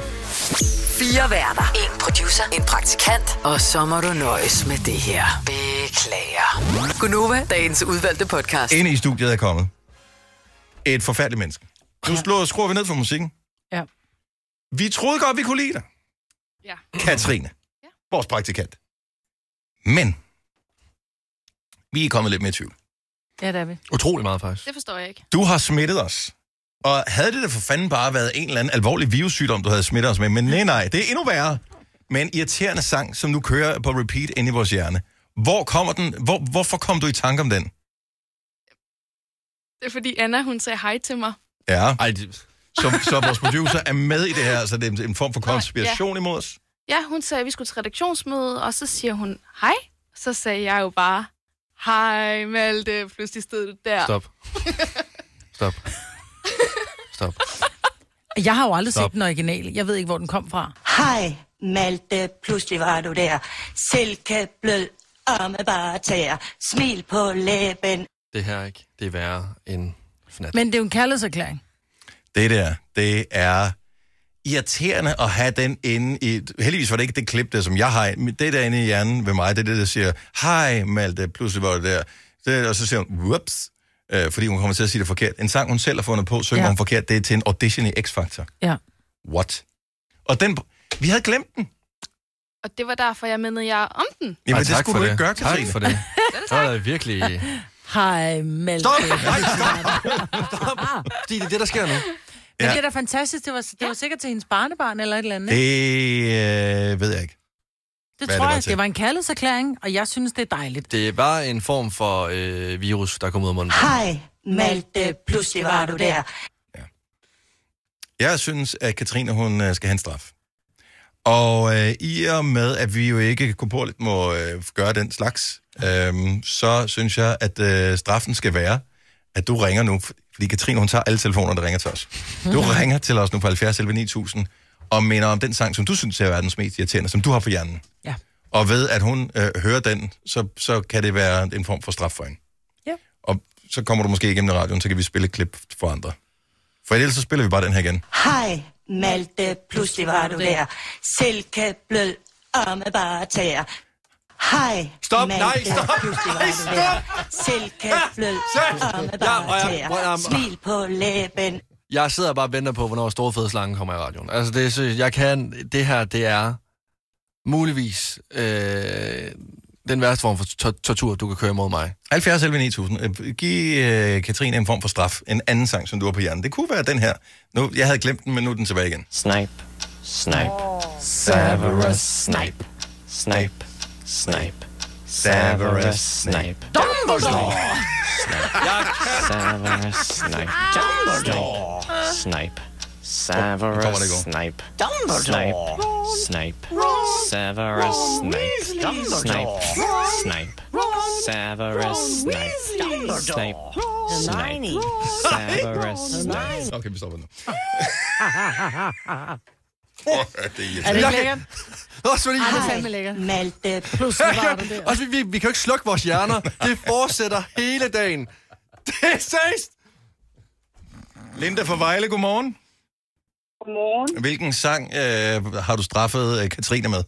Fire værter. En producer. En praktikant. Og så må du nøjes med det her. Beklager. Gunova, dagens udvalgte podcast. Inde i studiet er kommet. Et forfærdeligt menneske. Nu slår, skruer vi ned for musikken. Ja. Vi troede godt, vi kunne lide dig. Ja. Katrine. Ja. Vores praktikant. Men. Vi er kommet lidt mere i tvivl. Ja, det er vi. Utrolig meget, faktisk. Det forstår jeg ikke. Du har smittet os. Og havde det da for fanden bare været en eller anden alvorlig virussygdom, du havde smittet os med, men nej, nej, det er endnu værre. Med en irriterende sang, som nu kører på repeat inde i vores hjerne. Hvor kommer den? Hvor, hvorfor kom du i tanke om den? Det er fordi Anna, hun sagde hej til mig. Ja. Ej, det... Så, så vores producer er med i det her, så det er en form for konspiration imod os. Ja, hun sagde, at vi skulle til redaktionsmøde, og så siger hun hej. Så sagde jeg jo bare, hej Malte, pludselig stod du der. Stop. Stop. Stop. Jeg har jo aldrig Stop. set den originale. Jeg ved ikke, hvor den kom fra. Hej, Malte, pludselig var du der. Silkeblød om bare tæer. Smil på læben. Det her, ikke? Det er værre end fnat. Men det er jo en kærlighedserklæring. Det der, det er irriterende at have den inde i... Heldigvis var det ikke det klip der, som jeg har. Men det der inde i hjernen ved mig, det er det, der siger, hej Malte, pludselig var det der. Det, og så siger hun, whoops, øh, fordi hun kommer til at sige det forkert. En sang, hun selv har fundet på, synger Ja. ja. hun forkert, det er til en audition i X-Factor. Ja. What? Og den... Vi havde glemt den. Og det var derfor, jeg mindede jer om den. Jamen, Ej, Ej, det tak skulle for du det. ikke gøre, Tak Katrine. for det. Det var da virkelig... Hej, Malte. Stop! Fordi det er det, der sker nu. Men Ja. det er da fantastisk. Det var, det var sikkert til hendes barnebarn eller et eller andet. Det ikke? øh, ved jeg ikke. hvad det tror det var jeg. til. Det var en kærlighedserklæring, og jeg synes, det er dejligt. Det er bare en form for øh, virus, der kommer ud af munden. Hej, Malte, pludselig var du der. Jeg synes, at Katrine, hun øh, skal have en straf. Og øh, i og med, at vi jo ikke korporligt må øh, gøre den slags, øh, så synes jeg, at øh, straffen skal være, at du ringer nu, fordi Katrine, hun tager alle telefoner, der ringer til os. Du ringer til os nu på 70 11 9000 og minder om den sang, som du synes er verdens mest irriterende, som du har på hjernen. Ja. Og ved, at hun øh, hører den, så, så kan det være en form for straf for hende. Ja. Og så kommer du måske igennem radioen, så kan vi spille et klip for andre. For ellers så spiller vi bare den her igen. Hej, Malte, pludselig var du der. Silkeblød om bare tæer. Hej, Stop, Malte, nej, stop, pludselig var nej, du der. Silkeblød om bare tæer. Smil på læben. Jeg sidder bare og venter på, hvornår Storfedslangen kommer i radioen. Altså, det er, seriøst, jeg kan... Det her, det er muligvis øh, den værste form for to- tortur, du kan køre mod mig. 70 11 9000. Øh, Giv øh, Katrine en form for straf. En anden sang, som du har på hjernen. Det kunne være den her. Nu, jeg havde glemt den, men nu er den tilbage igen. Snipe. Snipe. Oh. Severus Snipe. Snipe. Snipe. Severus Snipe. Dumbledore! Severus Snipe. Dumbledore! Snipe. Kom, kom, Severus det går. Snipe. Dumbledore! Snipe. Snipe. Severus Snipe. Snipe. Snipe. Severus Snipe. Snipe. Snipe. Severus Snipe. Okay, vi stopper nu. det er Er det ikke lækkert? Også fordi... Ej, det er fandme lækkert. Malte, pludselig var du der. Også, vi, vi, vi kan jo ikke slukke vores hjerner. Det fortsætter hele dagen. Det er seriøst. Linda fra Vejle, godmorgen. Godmorgen. Hvilken sang øh, har du straffet øh, Katrine med?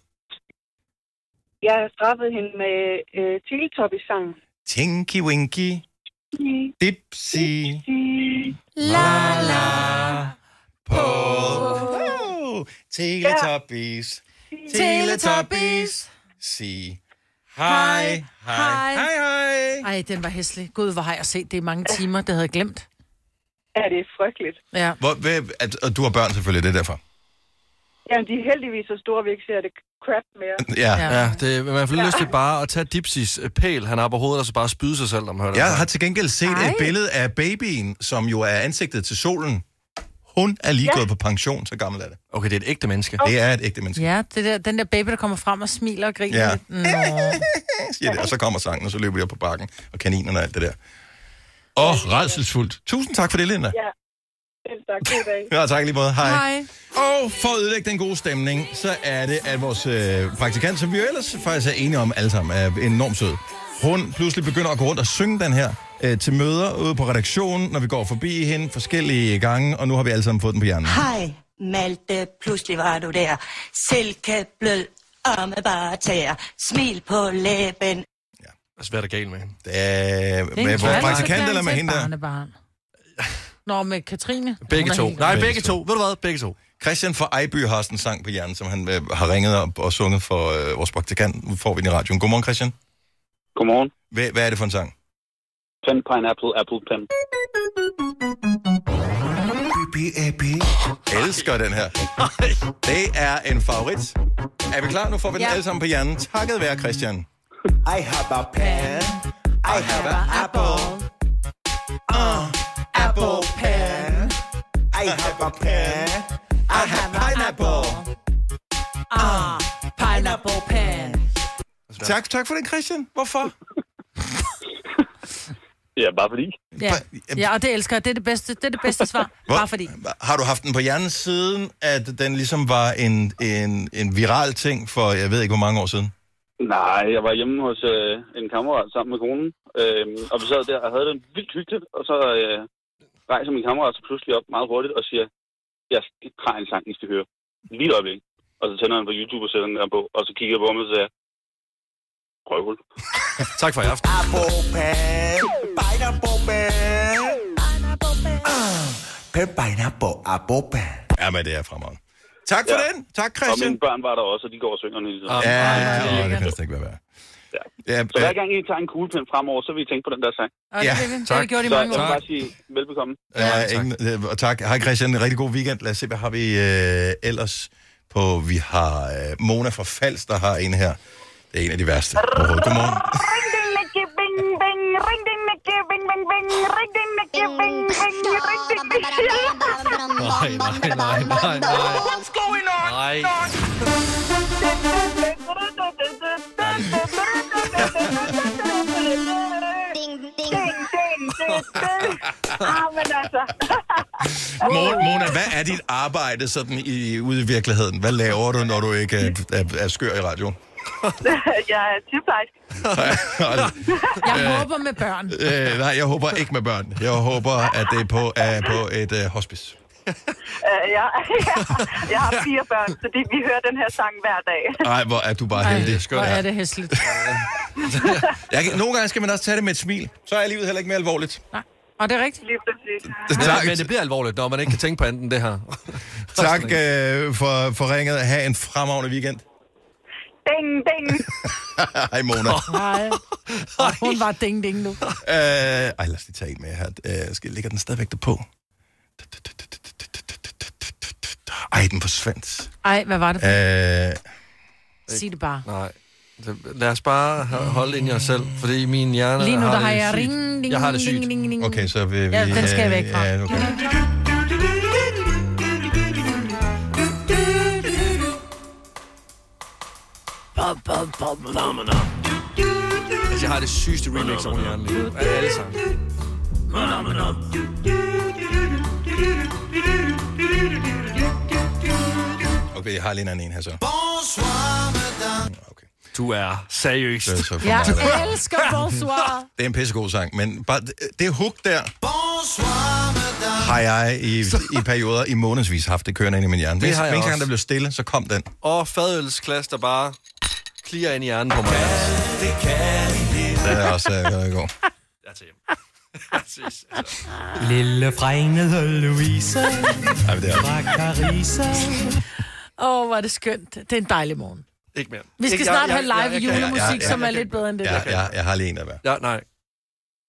Jeg straffede hende med øh, Teletubbies sang. Tinky Winky. Dipsy. La la. På. Teletubbies. Teletubbies. Sig hej, hej. Hej, hej. Ej, den var hæslig. Gud, hvor har jeg set det i mange timer. Det havde jeg glemt. Ja, det er frygteligt. Ja. Hvor, hvad, at, og du har børn selvfølgelig, det er derfor. Jamen, de er heldigvis så store, at vi ikke ser det crap mere. Ja, ja det, man får ja. lyst til bare at tage Dipsys øh, pæl, han har på hovedet, og så bare spyde sig selv, om man hører det. Jeg har til gengæld set Ej. et billede af babyen, som jo er ansigtet til solen. Hun er lige Ja. ja. gået på pension, så gammel er det. Okay, det er et ægte menneske. Det er et ægte menneske. Ja, det der, den der baby, der kommer frem og smiler og griner. Ja. Ja. Nå. siger det, og så kommer sangen, og så løber de op på bakken, og kaninerne og alt det der. Åh, oh, redselsfuldt. Tusind tak for det, Linda. Ja. Selv tak. God dag. Ja, tak i lige måde. Hej. Og for at ødelægge den gode stemning, så er det, at vores øh, praktikant, som vi jo ellers faktisk er enige om alle sammen, er enormt sød. Hun pludselig begynder at gå rundt og synge den her øh, til møder ude på redaktionen, når vi går forbi hende forskellige gange, og nu har vi alle sammen fået den på hjernen. Hej, Malte, pludselig var du der. Silkeblød om bare tager. Smil på læben. Altså, hvad er der galt med hende? Det er, med vores praktikant eller med hende der? Barnebarn. Nå, med Katrine. Hun Begge er to. helt- to. Ved du hvad? Begge to. Christian fra Ejby har sådan en sang på hjernen, som han øh, har ringet op og sunget for øh, vores praktikant. Nu får vi den i radioen. Godmorgen, Christian. Godmorgen. Hvad, hvad er det for en sang? Pen Pineapple Apple Pen. Elsker den her. Det er en favorit. Er vi klar? Nu får vi den Ja. alle sammen på hjernen. Takket være Christian. I have a pen. I have an apple. Uh, apple pen. I have a pen. I have pineapple. Ah, uh, pineapple pen. Tak, tak for det, Christian. Hvorfor? Ja, bare fordi. Ja. ja, og det elsker jeg. Det er det bedste, det er det bedste svar. Bare fordi. Har du haft den på hjernen siden, at den ligesom var en, en, en viral ting for, jeg ved ikke, hvor mange år siden? Nej, jeg var hjemme hos øh, en kammerat sammen med konen, øh, og vi sad der og havde det vildt hyggeligt, og så øh, rejser min kammerat så pludselig op meget hurtigt og siger, jeg har en sang, I skal høre. Lige et øjeblik. Og så tænder han på YouTube og sætter den der på, og så kigger jeg på mig og så siger, jeg, røvhul. tak for i aften. Apple pen. Pineapple pen. Uh, pen, pineapple, apple pen. Ja, men det er fremragende. Tak for den. Tak, Christian. Og mine børn var der også, og de går og synger den hele tiden. Ja, ja, det kan det ikke være værd. Ja, Så hver gang I tager en kuglepen fremover, så vil I tænke på den der sang. Og det Ja, vil vi. Det har tak. vi gjort i så mange jeg vil år. bare sige velbekomme. Ja, tak. Ingen, øh, og tak. Hej Christian, en rigtig god weekend. Lad os se, hvad har vi øh, ellers på. Vi har øh, Mona fra Fals, der har en her. Det er en af de værste overhovedet. Godmorgen. Ring ding nicky bing bing, ring ding nicky bing bing bing, ring ding nicky bing bing, ring ding nicky. Nej, nej, nej, nej, nej. What's going on? Nej. Ah, men altså. Mo- Mona, hvad er dit arbejde sådan i, ude i virkeligheden? Hvad laver du, når du ikke er, er, er skør i radioen? jeg er sygeplejerske. Jeg håber med børn. altså, øh, nej, jeg håber ikke med børn. Jeg håber, at det er på, er på et øh, hospice. Øh, jeg, jeg har fire børn, så det, vi hører den her sang hver dag. Nej, hvor er du bare heldig. Hvor er det hæsligt. Jeg, kan- nogle gange skal man også tage det med et smil. Så er livet heller ikke mere alvorligt. Og det er rigtigt. Lige præcis. Men, men det bliver alvorligt, når man ikke kan tænke på andet end det her. Tak øh, for, for ringet. Ha' en fremragende weekend. Ding, ding. Hej, Mona. Nej. Og Hun var ding ding nu. Øh, ej, lad os lige tage en med her. Øh, skal jeg lægge den stadigvæk derpå? Ej, den forsvandt. Ej, hvad var det? for- Øh, Sig det bare. Nej. Det- Lad os bare ho- holde ind i os selv, fordi min hjerne Lige nu, der det har jeg sygt. ring, ding, Jeg har det ding, sygt. ding, ding, ding. okay, så vil vi... Ja, den skal jeg væk fra. Ja, okay. Altså, jeg har det sygeste remix over min hjerne lige nu. Af alle sammen. okay, jeg har lige en anden en her så. Du er seriøst. Det er, så for Jeg meget, det. elsker bonsoir. det er en pissegod sang, men bare det, det hook der har jeg i, i perioder, i månedsvis haft det kørende ind i min hjerne. Det Hvis har jeg hver gang også. der blev stille, så kom den. Og fadølsklasse, der bare klirer ind i hjernen på mig. Det er også øh, i går. præcis. Lille frængede Louise Ej, men det er- fra Carisa. Åh, oh, hvor er det skønt. Det er en dejlig morgen. Ikke mere. Vi skal Ikke- snart jeg- have jeg- jeg- live jeg- julemusik, jeg- jeg- som er jeg- lidt bedre end det Ja, der. ja, jeg har lige en af hver. Ja, nej.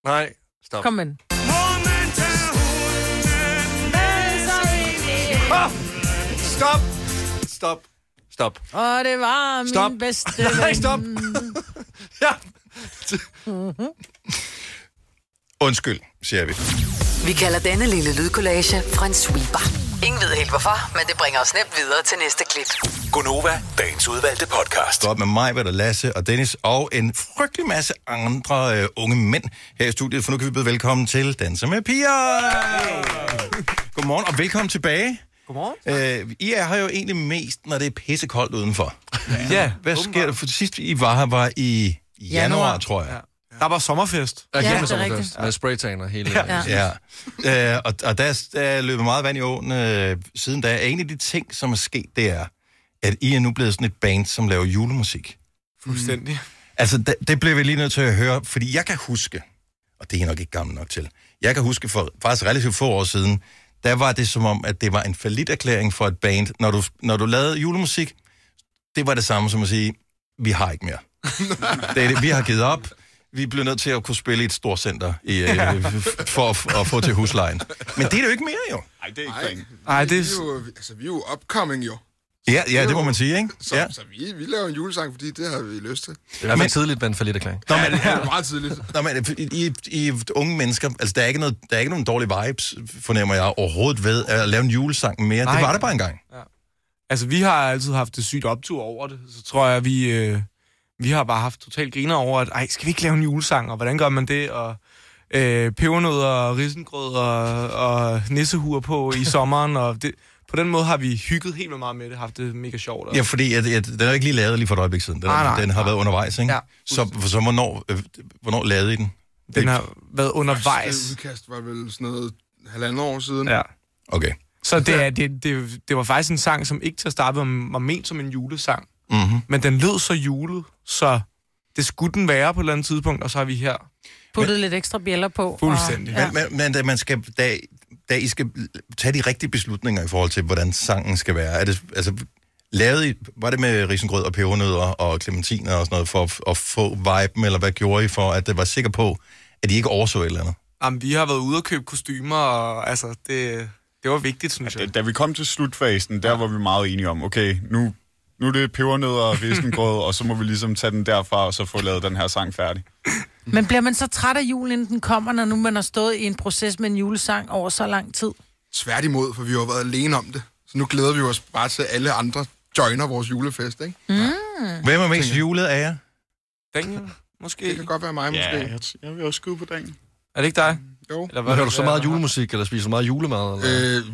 Nej, stop. Kom ind. Ah! Stop! Stop. Stop. Og det var Stop. min bedste Nej, stop. ja. Mhm. Undskyld, siger vi. Vi kalder denne lille lydkollage en sweeper. Ingen ved helt hvorfor, men det bringer os nemt videre til næste klip. Gonova, dagens udvalgte podcast. Stå op med mig, hvad der Lasse og Dennis, og en frygtelig masse andre øh, unge mænd her i studiet, for nu kan vi byde velkommen til Danser med Piger! Godmorgen, og velkommen tilbage. Godmorgen. Øh, I er her jo egentlig mest, når det er pissekoldt udenfor. Ja. Hvad sker der? For sidst I var her, var i januar, Januar. januar. tror jeg. Der var sommerfest. Ja, kæmpe det er sommerfest. rigtigt. Med spraytan og hele... Ja. ja. Øh, og, og der, er- der er løbet meget vand i åen øh, siden da. En af de ting, som er sket, det er, at I er nu blevet sådan et band, som laver julemusik. Fuldstændig. Altså, det, det blev vi lige nødt til at høre, fordi jeg kan huske, og det er I nok ikke gammel nok til, jeg kan huske for faktisk relativt få år siden, der var det som om, at det var en falit erklæring for et band. Når du, når du lavede julemusik, det var det samme som at sige, vi har ikke mere. det er det, vi har givet op. Vi bliver nødt til at kunne spille i et stort center i, øh, for at, at få til huslejen. Men det er det jo ikke mere, jo. Nej, det er ikke penge. Ej, det er- Vi er jo, altså, vi er jo upcoming, jo. Ja, ja, det må man sige, ikke? Så, Ja. ja. så vi, vi laver en julesang, fordi det har vi lyst til. Det er i hvert fald tidligt, man for lidt erklæring. Nå, men, Ja, det er meget tidligt. Nå, men, I, I, I unge mennesker, altså der er, ikke noget, der er ikke nogen dårlige vibes, fornemmer jeg overhovedet ved at lave en julesang mere. Nej. Nej. Det var der bare engang. Altså, vi har altid haft et sygt optur over det. Så tror jeg, vi, øh, vi har bare haft totalt griner over, at ej, skal vi ikke lave en julesang, og hvordan gør man det, og øh, pebernødder og risengrød og, og nissehuer på i sommeren, og det, på den måde har vi hygget helt vildt meget med det, haft det mega sjovt. Og, Ja, fordi at, at, den er jo ikke lige lavet lige for et øjeblik siden. Den, Nej, nej. den har været undervejs, ikke? Ja, så, så hvornår, øh, hvornår lavede I den? Den har været undervejs. Første udkast var vel sådan noget halvanden år siden. Ja. Okay. Så det, er, det, det, det var faktisk en sang, som ikke til at starte med var ment som en julesang. Mhm. Mm-hmm. Men den lød så julet, så det skulle den være på et eller andet tidspunkt, og så er vi her. Puttet lidt ekstra bjæller på. Fuldstændig. Og, ja. Men, men, men da, man skal, da, da I skal tage de rigtige beslutninger i forhold til, hvordan sangen skal være, er det, altså, lavede I, var det med risengrød og pebernødder og clementiner og sådan noget, for at, at få viben, eller hvad gjorde I for, at det var sikker på, at I ikke overså et eller andet? Jamen, vi har været ude og købe kostymer, og altså, det, det var vigtigt, synes jeg. Ja, det, det... Da vi kom til slutfasen, der var vi meget enige om, okay, nu, nu er det pebernødder og risengrød, og så må vi ligesom tage den derfra, og så få lavet den her sang færdig. Men bliver man så træt af julen, inden den kommer, når nu man har stået i en proces med en julesang over så lang tid? Mm. Tværtimod, for vi har jo været alene om det. Så nu glæder vi os bare til, at alle andre joiner vores julefest, ikke? Mm. Hvem er mest julet af jer? Daniel, måske. Det kan godt være mig, Ja, måske. jeg Jeg vil også skyde på dagen. Er det ikke dig? Jo. Eller Hører du så meget julemusik, eller spiser du meget julemad? Eller? Øh,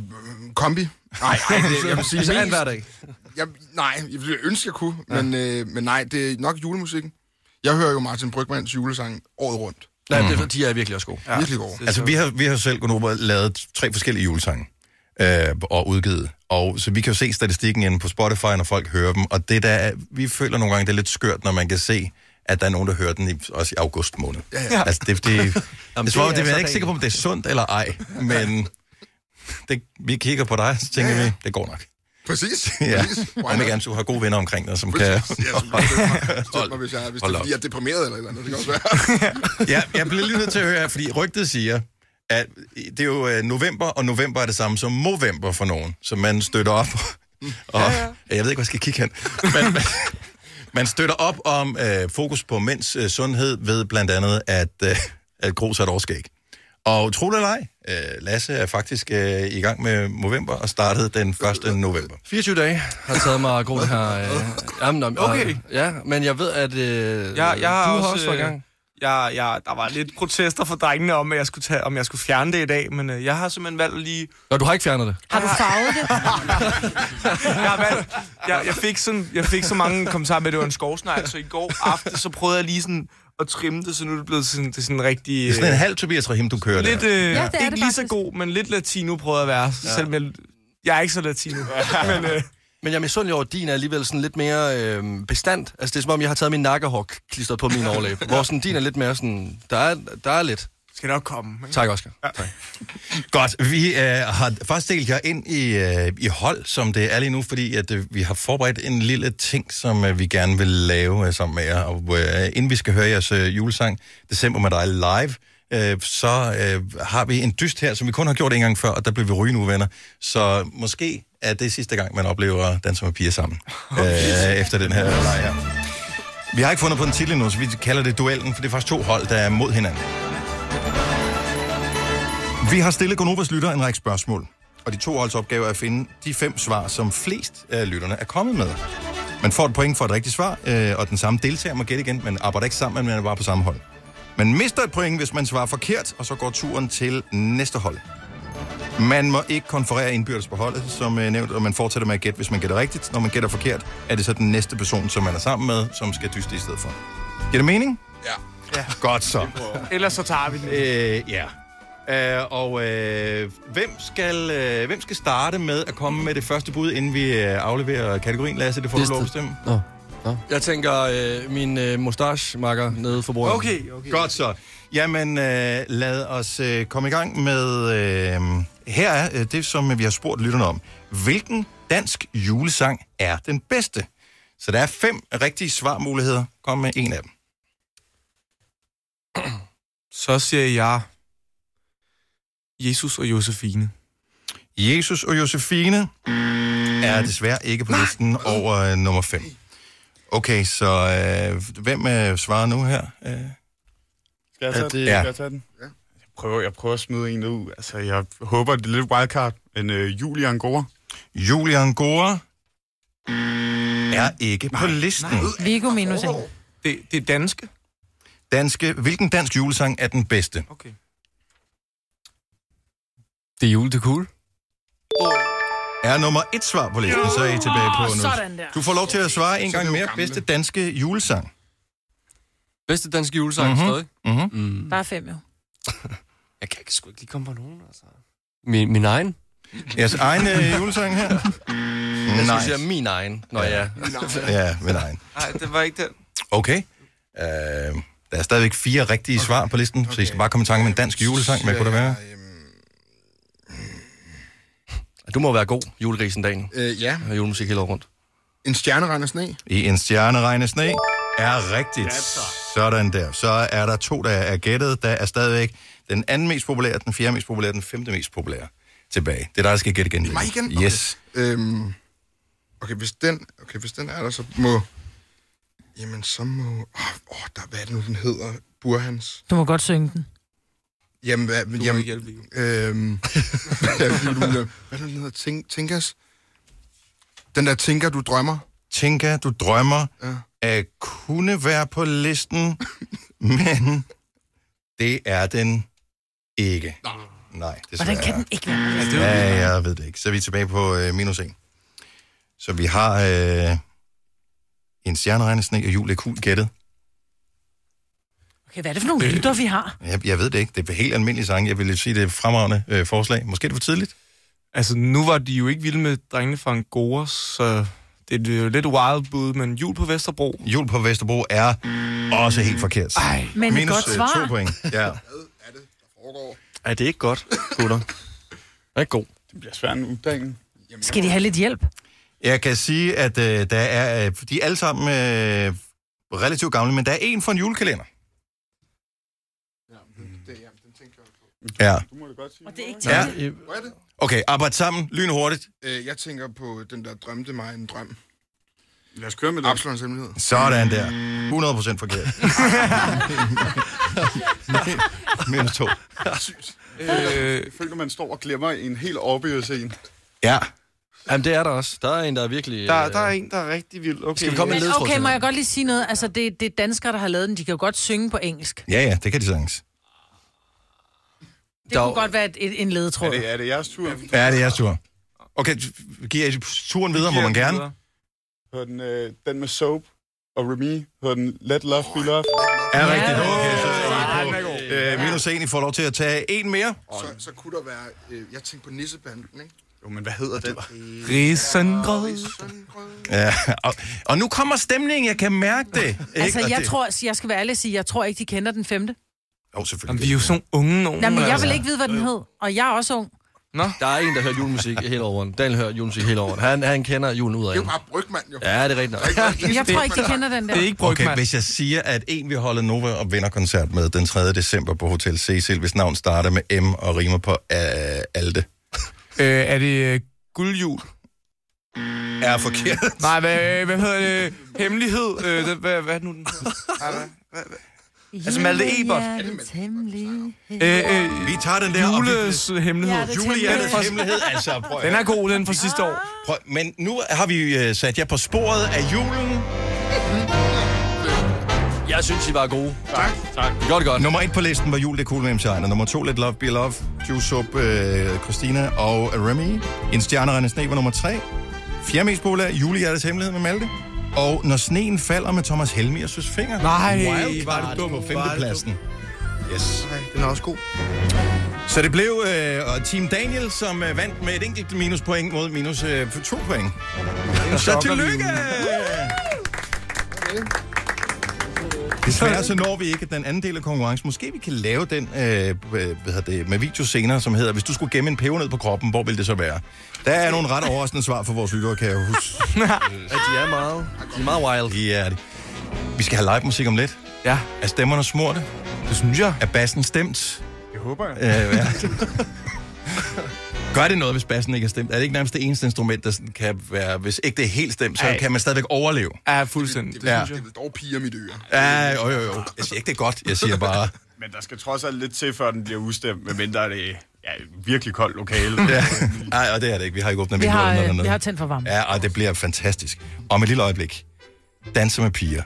kombi. Nej, nej, det, jeg vil sige... Mere end mest- Altså, hver dag. Jeg, Altså, nej, jeg ville ønske, jeg kunne, ja. men, øh, men nej, det er nok julemusikken. Jeg hører jo Martin Brygmans julesang året rundt. Mm. Nej, det, er- de er virkelig også gode. Ja. Virkelig gode. Altså, vi har, vi har selv kun lavet tre forskellige julesange øh, og udgivet. Og så vi kan jo se statistikken inde på Spotify, når folk hører dem. Og det der, er- vi føler nogle gange, det er lidt skørt, når man kan se, at der er nogen, der hører den i, også i august måned. Ja, ja. Altså, det, det, det, Jamen, det det, det, er det, det er jeg sådan ikke sikker på, om det er sundt eller ej, men det, vi kigger på dig, så tænker ja, ja. vi, det går nok. Præcis. Ja. præcis. Why Om not? ikke andet, du har gode venner omkring dig, som kan... Præcis. Ja, som bare støtter mig, støtter mig, hvis, jeg, hvis det Hold er, op. fordi jeg er deprimeret eller et eller andet. Det kan også være. ja, jeg bliver lige nødt til at høre her, fordi rygtet siger, at det er jo øh, november, og november er det samme som november for nogen, så man støtter op. Og, ja, ja. Jeg ved ikke, hvor jeg skal kigge hen. Men, man, man støtter op om øh, fokus på mænds øh, sundhed ved blandt andet, at, øh, at grus er et årskæg. Og tro det eller ej, øh, Lasse er faktisk øh, i gang med november og startede den 1. november. 24 dage har taget mig at gro det her. Øh, jamen, om, Okay. Og, ja, men jeg ved, at øh, Jeg, jeg har du også, har også været i øh, gang. Jeg, jeg, der var lidt protester fra drengene om, at jeg skulle, tage, om jeg skulle fjerne det i dag, men øh, jeg har simpelthen valgt at lige... Nå, du har ikke fjernet det? Har du farvet det? Jeg, har valgt, jeg, jeg, fik sådan, jeg fik så mange kommentarer med, at det var en skovsnegl, så i går aften, så prøvede jeg lige sådan at trimme det, så nu er det blevet sådan, det er sådan en rigtig... øh, Det er sådan en halv Tobias Rahim, du kører Lidt, der. øh, ja, det er ikke lige så god, men lidt latino prøvede jeg at være, ja. selvom jeg, jeg er ikke så latino. men, øh, Men jeg er misundelig over, at din er alligevel sådan lidt mere øh, bestandt. Altså, det er som om, jeg har taget min nakkehok klistret på min overlæb. hvor sådan, din er lidt mere sådan, der er, der er lidt. skal nok komme. Ikke? Tak, Oscar. Ja. Godt, vi øh, har faktisk delt jer ind i, øh, i hold, som det er lige nu, fordi at, øh, vi har forberedt en lille ting, som øh, vi gerne vil lave øh, sammen med jer. Og øh, inden vi skal høre jeres øh, julesang, December med dig live, øh, så øh, har vi en dyst her, som vi kun har gjort en gang før, og der blev vi rygende uvenner. Så måske er det sidste gang, man oplever danser med piger sammen, øh, efter den her leg her. Vi har ikke fundet på en titel endnu, så vi kalder det duellen, for det er faktisk to hold, der er mod hinanden. Vi har stillet Gonovas lytter en række spørgsmål, og de to holds opgave er at finde de fem svar, som flest af lytterne er kommet med. Man får et point for et rigtigt svar, øh, og den samme deltager må gætte igen, men arbejder ikke sammen, men man er bare på samme hold. Man mister et point, hvis man svarer forkert, og så går turen til næste hold. Man må ikke konferere indbyrdes på holdet, som øh, nævnt, og man fortsætter med at gætte, hvis man gætter rigtigt. Når man gætter forkert, er det så den næste person, som man er sammen med, som skal dyste i stedet for. Giver det mening? Ja. Godt så. Ellers så tager vi den. Øh, ja. Øh, og øh, hvem, skal, øh, hvem skal starte med at komme med det første bud, inden vi øh, afleverer kategorien, Lasse? Det får du lov at bestemme. Nå. Nå. Jeg tænker, øh, min øh, mustache-makker nede for bordet. Okay, okay. Godt så. Jamen, øh, lad os øh, komme i gang med... Øh, her er øh, det, som vi har spurgt lytterne om. Hvilken dansk julesang er den bedste? Så der er fem rigtige svarmuligheder. Kom med en af dem. Så siger jeg Jesus og Josefine. Jesus og Josefine er desværre ikke på listen over øh, nummer 5. Okay, så øh, hvem øh, svarer nu her? Øh, Skal jeg tage, at- det, ja. ja. skal jeg tage den? Ja. Jeg prøver, jeg prøver at smide en ud. Altså, jeg håber, det er lidt wildcard, men øh, Julie Angora. Julie Angora er ikke på listen. Vigo minus en. Det, det er danske. Danske. Hvilken dansk julesang er den bedste? Okay. Det er jul, det er cool. Oh. Er nummer et svar på listen, så er I tilbage på nu. sådan der. Du får lov til at svare en Så er gang det jo mere. gamle. Bedste danske julesang. Bedste danske julesang Mhm. stadig. Mm-hmm. Mm. Der er fem jo. Jeg kan sgu ikke lige komme på nogen, altså. Min, min egen? Jeres egen øh, julesang her? Jeg Nej. synes, jeg er min egen. Nå ja. Ja. Ja, min egen. Nej, det var ikke den. Okay. Øh, der er stadigvæk fire rigtige okay. svar på listen, okay. så I skal bare komme i tanke om en dansk julesang. Hvad kunne det være? Mm. Du må være god julegrisen dagen. Øh, ja. Og julemusik hele året rundt. En stjernerende sne. I en stjerne regner sne er rigtigt. Sådan der. Så er der to, der er gættet. Der er stadigvæk den anden mest populære, den fjerde mest populære, den femte mest populære tilbage. Det er dig, der skal gætte igen. Mig igen? Okay. Yes. Øhm, okay, hvis den, okay, hvis den er der, så må... Jamen, så må... Åh, oh, der, hvad er det nu, den hedder? Burhans. Du må godt synge den. Jamen, hvad... Du jamen, øhm, ja, Liv, du må- hvad er det, den hedder? Tænk, tænkers? Den der Tænker, du drømmer. Tænker, du drømmer Ja. at kunne være på listen, men det er den ikke. Nej, desværre. Hvordan kan den ikke være på listen? Ja, jeg ved det ikke. Så er vi tilbage på øh, minus 1. Så vi har øh, en stjerneregne sne og jul er cool gættet. Okay, hvad er det Øh, for nogle lytter, vi har? Jeg, jeg ved det ikke. Det er helt almindelige sange. Jeg vil sige, det er et fremragende øh, forslag. Måske er det for tidligt. Altså, nu var de jo ikke vilde med drengene fra Angora, så det er jo lidt wild bud, men jul på Vesterbro. Jul på Vesterbro er også helt forkert. Ej, Men et Minus, godt øh, svar. to point. Ja. Er det ikke godt, gutter? Er ikke god. Det bliver svært nu, dagen. Skal de have lidt hjælp? Jeg kan sige, at øh, der er, øh, de er alle sammen øh, relativt gamle, men der er en for en julekalender. Ja. Og det er ikke Ja. Hvor er det? Okay, arbejde sammen lynhurtigt. Øh, jeg tænker på den der drømte mig en drøm. Lad os køre med det. Absalons hemmelighed. Sådan der. 100% forkert. Minus to. Øh, føler, man står og glemmer en helt obvious en. Ja. Jamen, det er der også. Der er en, der er virkelig... øh, Der- der er en, der er rigtig vild. Okay. Skal vi komme med en Men ledtråd? Øh, okay, til må den? jeg godt lige sige noget? Altså, det, det er danskere, der har lavet den. De kan jo godt synge på engelsk. Ja, ja, det kan de sagtens. Det kunne godt være et, et, en ledetråd. Er det, er det jeres tur? Ja, det er jeres tur. Okay, t- giver I turen videre, må man gerne. Hør den, øh, den med Soap og Remy. Hør den Let Love Be Love. Er rigtigt. Okay, så er I på. Øh, minus en, I får lov til at tage en mere. Så, så kunne der være... Øh, jeg tænkte på nissebanden, ikke? Jo, men hvad hedder den? Risengrød. Ja, og, og nu kommer stemningen, jeg kan mærke det. Ikke? Altså, Og jeg det, Mm, tror, jeg skal være ærlig og sige, jeg tror ikke, de kender den femte. Jo, Jamen, vi er jo sådan unge nogen. altså. Nej, men jeg altså. vil ikke vide, hvad den hed. Og jeg er også ung. Nå. Der er en, der hører julemusik hele året. Daniel hører julemusik hele året. Han, han kender julen ud af Det er jo bare Brygman, jo. Ja, det er rigtigt nok. Jeg tror ikke, de kender den der. Okay, hvis jeg siger, at en vi holder Nova og vinder koncert med den 3. december på Hotel Cecil, hvis navn starter med M og rimer på uh, Alte. Øh, er det øh, guldjul? Er forkert. Nej, hvad, øh, hvad hedder det? Hemmelighed? Øh, det, hvad, hvad er det nu, den hedder? Nej, hvad- hvad- hvad- Altså Malte Ebert. Øh, øh, vi tager den der. Jules hemmelighed. Julianes hemmelighed, altså. Prøv at Den er høre. god, den fra sidste år. Prøv, men nu har vi øh, sat jer på sporet af julen. Jeg synes, I var gode. Tak. tak. Godt, godt. Nummer et på listen var Jul, det er cool med MC Ejner. Nummer to, Let Love Be Love, Juice Up, øh, Christina og Remy. En stjernerende sne var nummer tre. Fjerde mest populær, Julehjertets Hemmelighed med Malte. Og Når sneen falder med Thomas Helmi og Søs Finger. Nej, Wildcard var det dumt, på var det femtepladsen. Yes. Nej, den er også god. Så det blev øh, og Team Daniel, som øh, vandt med et enkelt minuspoint mod minus øh, for to point. Så tillykke! Desværre så når vi ikke den anden del af konkurrencen. Måske vi kan lave den øh, hvad hedder det, med video senere, som hedder, hvis du skulle gemme en peber ned på kroppen, hvor ville det så være? Der er nogle ret overraskende svar for vores lyttere, kan jeg huske. At de er meget, de er meget wild. Ja, det. Vi skal have live musik om lidt. Ja. Er stemmerne smurte? Det synes jeg. Er bassen stemt? Det håber jeg. Øh, ja. Gør det noget, hvis bassen ikke er stemt? Er det ikke nærmest det eneste instrument, der sådan kan være... Hvis ikke det er helt stemt, så Ej. kan man stadigvæk overleve. Ja, fuldstændig. Det, ja. Det er dog piger mit øre. ja, jo, jo, jo. Jeg siger ikke, det er godt. Jeg siger bare... Men der skal trods alt lidt til, før den bliver udstemt, medmindre det er ja, et virkelig koldt lokale. Ja. Ej, og det er det ikke. Vi har ikke åbnet Vi har, vinduerne øh, dernede. vi har tændt for varmen. Ja, og det bliver fantastisk. Om et lille øjeblik. Danser med piger.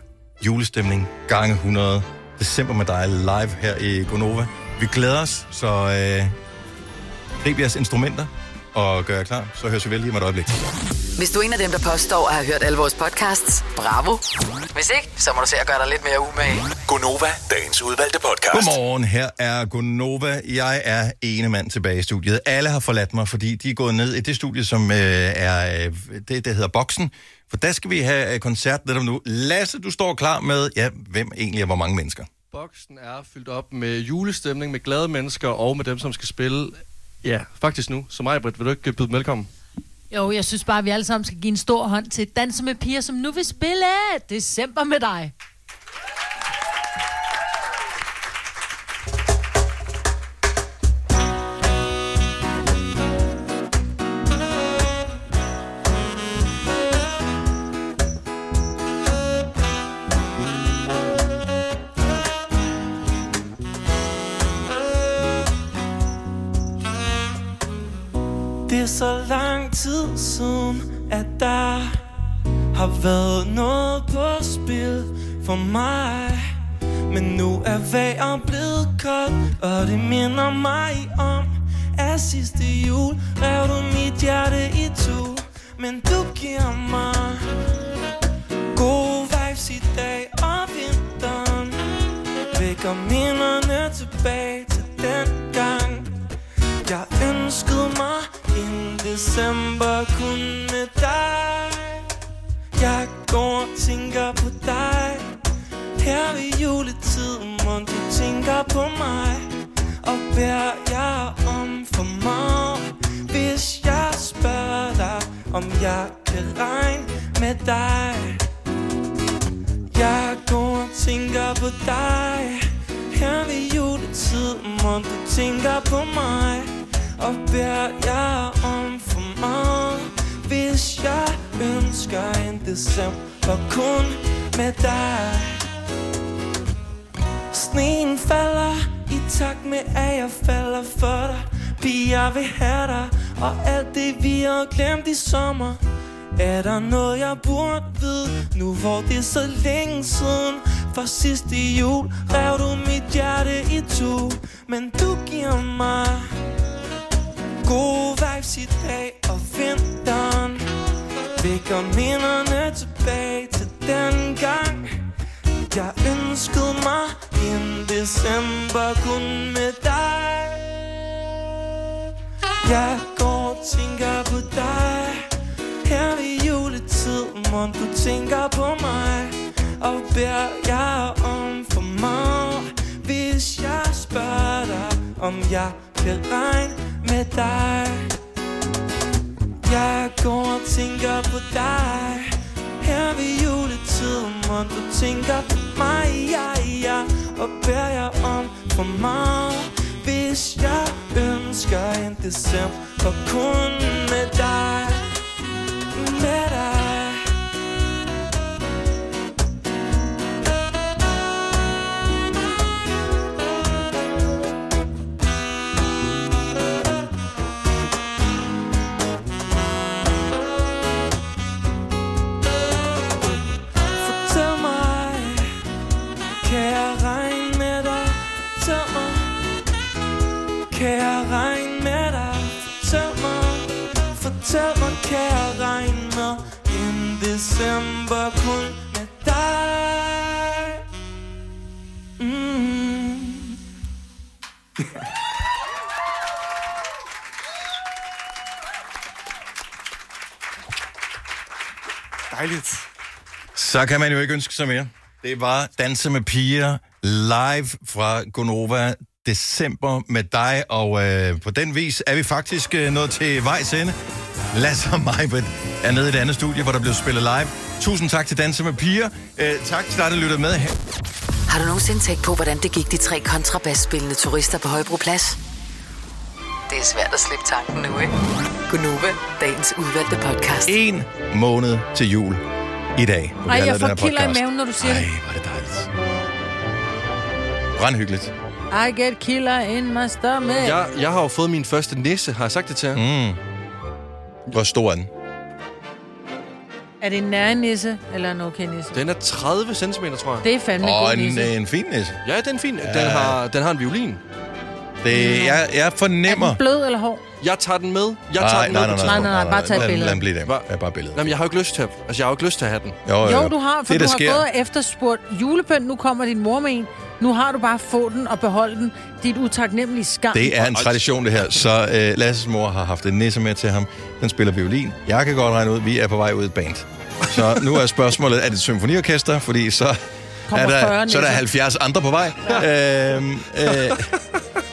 Julestemning gange 100. December med dig live her i Gonova. Vi glæder os, så øh, grib jeres instrumenter og gør jer klar. Så høres vi vel lige om et øjeblik. Hvis du er en af dem, der påstår at have hørt alle vores podcasts, bravo. Hvis ikke, så må du se at gøre dig lidt mere umage. Gonova, dagens udvalgte podcast. Godmorgen, her er Gunova. Jeg er ene mand tilbage i studiet. Alle har forladt mig, fordi de er gået ned i det studie, som øh, er øh, det, der hedder Boksen. For der skal vi have øh, koncert netop nu. Lasse, du står klar med, ja, hvem egentlig er hvor mange mennesker? Boksen er fyldt op med julestemning, med glade mennesker og med dem, som skal spille. Ja, faktisk nu. Så mig, Britt, vil du ikke byde dem velkommen? Jo, jeg synes bare, at vi alle sammen skal give en stor hånd til Danser med piger, som nu vil spille december med dig. Det er så lang tid siden, at der har været noget på spil for mig Men nu er vejret blevet koldt, og det minder mig om At sidste jul rev du mit hjerte i to Men du giver mig gode vibes i dag og vinteren Vækker minderne tilbage til den gang jeg ønskede mig en december kun med dig Jeg går og tænker på dig Her ved juletiden, må du tænker på mig Og beder jeg om for meget Hvis jeg spørger dig, om jeg kan regne med dig Jeg går og tænker på dig her ved juletiden, må du tænker på mig Og beder jeg om for meget Hvis jeg ønsker en december kun med dig Sneen falder i takt med, at jeg falder for dig Piger vil have dig Og alt det, vi har glemt i sommer er der noget, jeg burde vide Nu hvor det er så længe siden For sidste jul rev du mit hjerte i to Men du giver mig Gode vibes i dag og vinteren Vækker minderne tilbage til den gang Jeg ønskede mig en december kun med dig Jeg går og tænker på dig her ved juletiden, hvor du tænker på mig Og beder jeg om for meget Hvis jeg spørger om jeg kan regne med dig Jeg går og tænker på dig Her ved juletiden, hvor du tænker på mig ja, ja, Og beder jeg om for meget Hvis jeg ønsker en december kun med dig Med dig Fortæl mig, kan jeg regne med dig? Fortæl mig, kan jeg regne med dig? Fortæl mig, fortæl mig, kan jeg regne med en december kun med dig? Mm. Dejligt. Så kan man jo ikke ønske sig mere. Det var Danse med piger live fra Gonova december med dig, og øh, på den vis er vi faktisk øh, nået til vejs ende. Lasse og Majbet er nede i det andet studie, hvor der blev spillet live. Tusind tak til Danse med piger. Øh, tak til dig, der lyttede med. Har du nogensinde tænkt på, hvordan det gik de tre kontrabasspillende turister på Højbroplads? Det er svært at slippe tanken nu, ikke? Gunova, dagens udvalgte podcast. En måned til jul i dag. hvor vi har Ej, jeg lavet den her får kilder i podcast. maven, når du siger det. Brandhyggeligt. I get killer in my stomach. Jeg, jeg har jo fået min første næse, har jeg sagt det til jer? Mm. Hvor stor er den? Er det en nærnisse eller en okay nisse? Den er 30 cm, tror jeg. Det er fandme en god Og en, nisse. øh, en fin næse. Ja, den er fin. Den, har, den har en violin. Det, jeg, jeg fornemmer... Blød eller hård? Jeg tager den med. Jeg tager Nej, den nej, nej, med. på nej, torsdag. nej, nej, bare tag et lad- billede. Lad den blive der. Ja, bare billedet. Jamen, jeg har jo ikke lyst til at, altså, jeg har jo ikke lyst til at have den. Jo, Jo, du har, for det, det, du der har sker. gået og efterspurgt julepønt. Nu kommer din mor med en. Nu har du bare fået den og beholdt den. Dit utaknemmelige skam. Det er en tradition, det her. Så øh, Lasses mor har haft en nisse med til ham. Den spiller violin. Jeg kan godt regne ud, vi er på vej ud i et band. Så nu er spørgsmålet, er det et symfoniorkester? Fordi så er Kommer 40 der, så er der nisser. 70 andre på vej. Øhm, øh,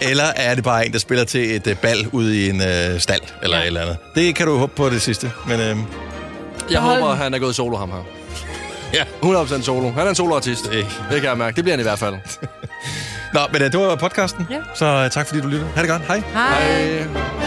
eller er det bare en, der spiller til et øh, bal ude i en øh, stald eller et eller andet. Det kan du håbe på det sidste. Men øh, Jeg Behold håber, den. han er gået solo, ham her. Ja. 100% solo. Han er en soloartist. Det. det kan jeg mærke. Det bliver han i hvert fald. Nå, men øh, det var podcasten. Ja. Så øh, tak fordi du lyttede. Ha' det godt. Hej. Hej. Hej.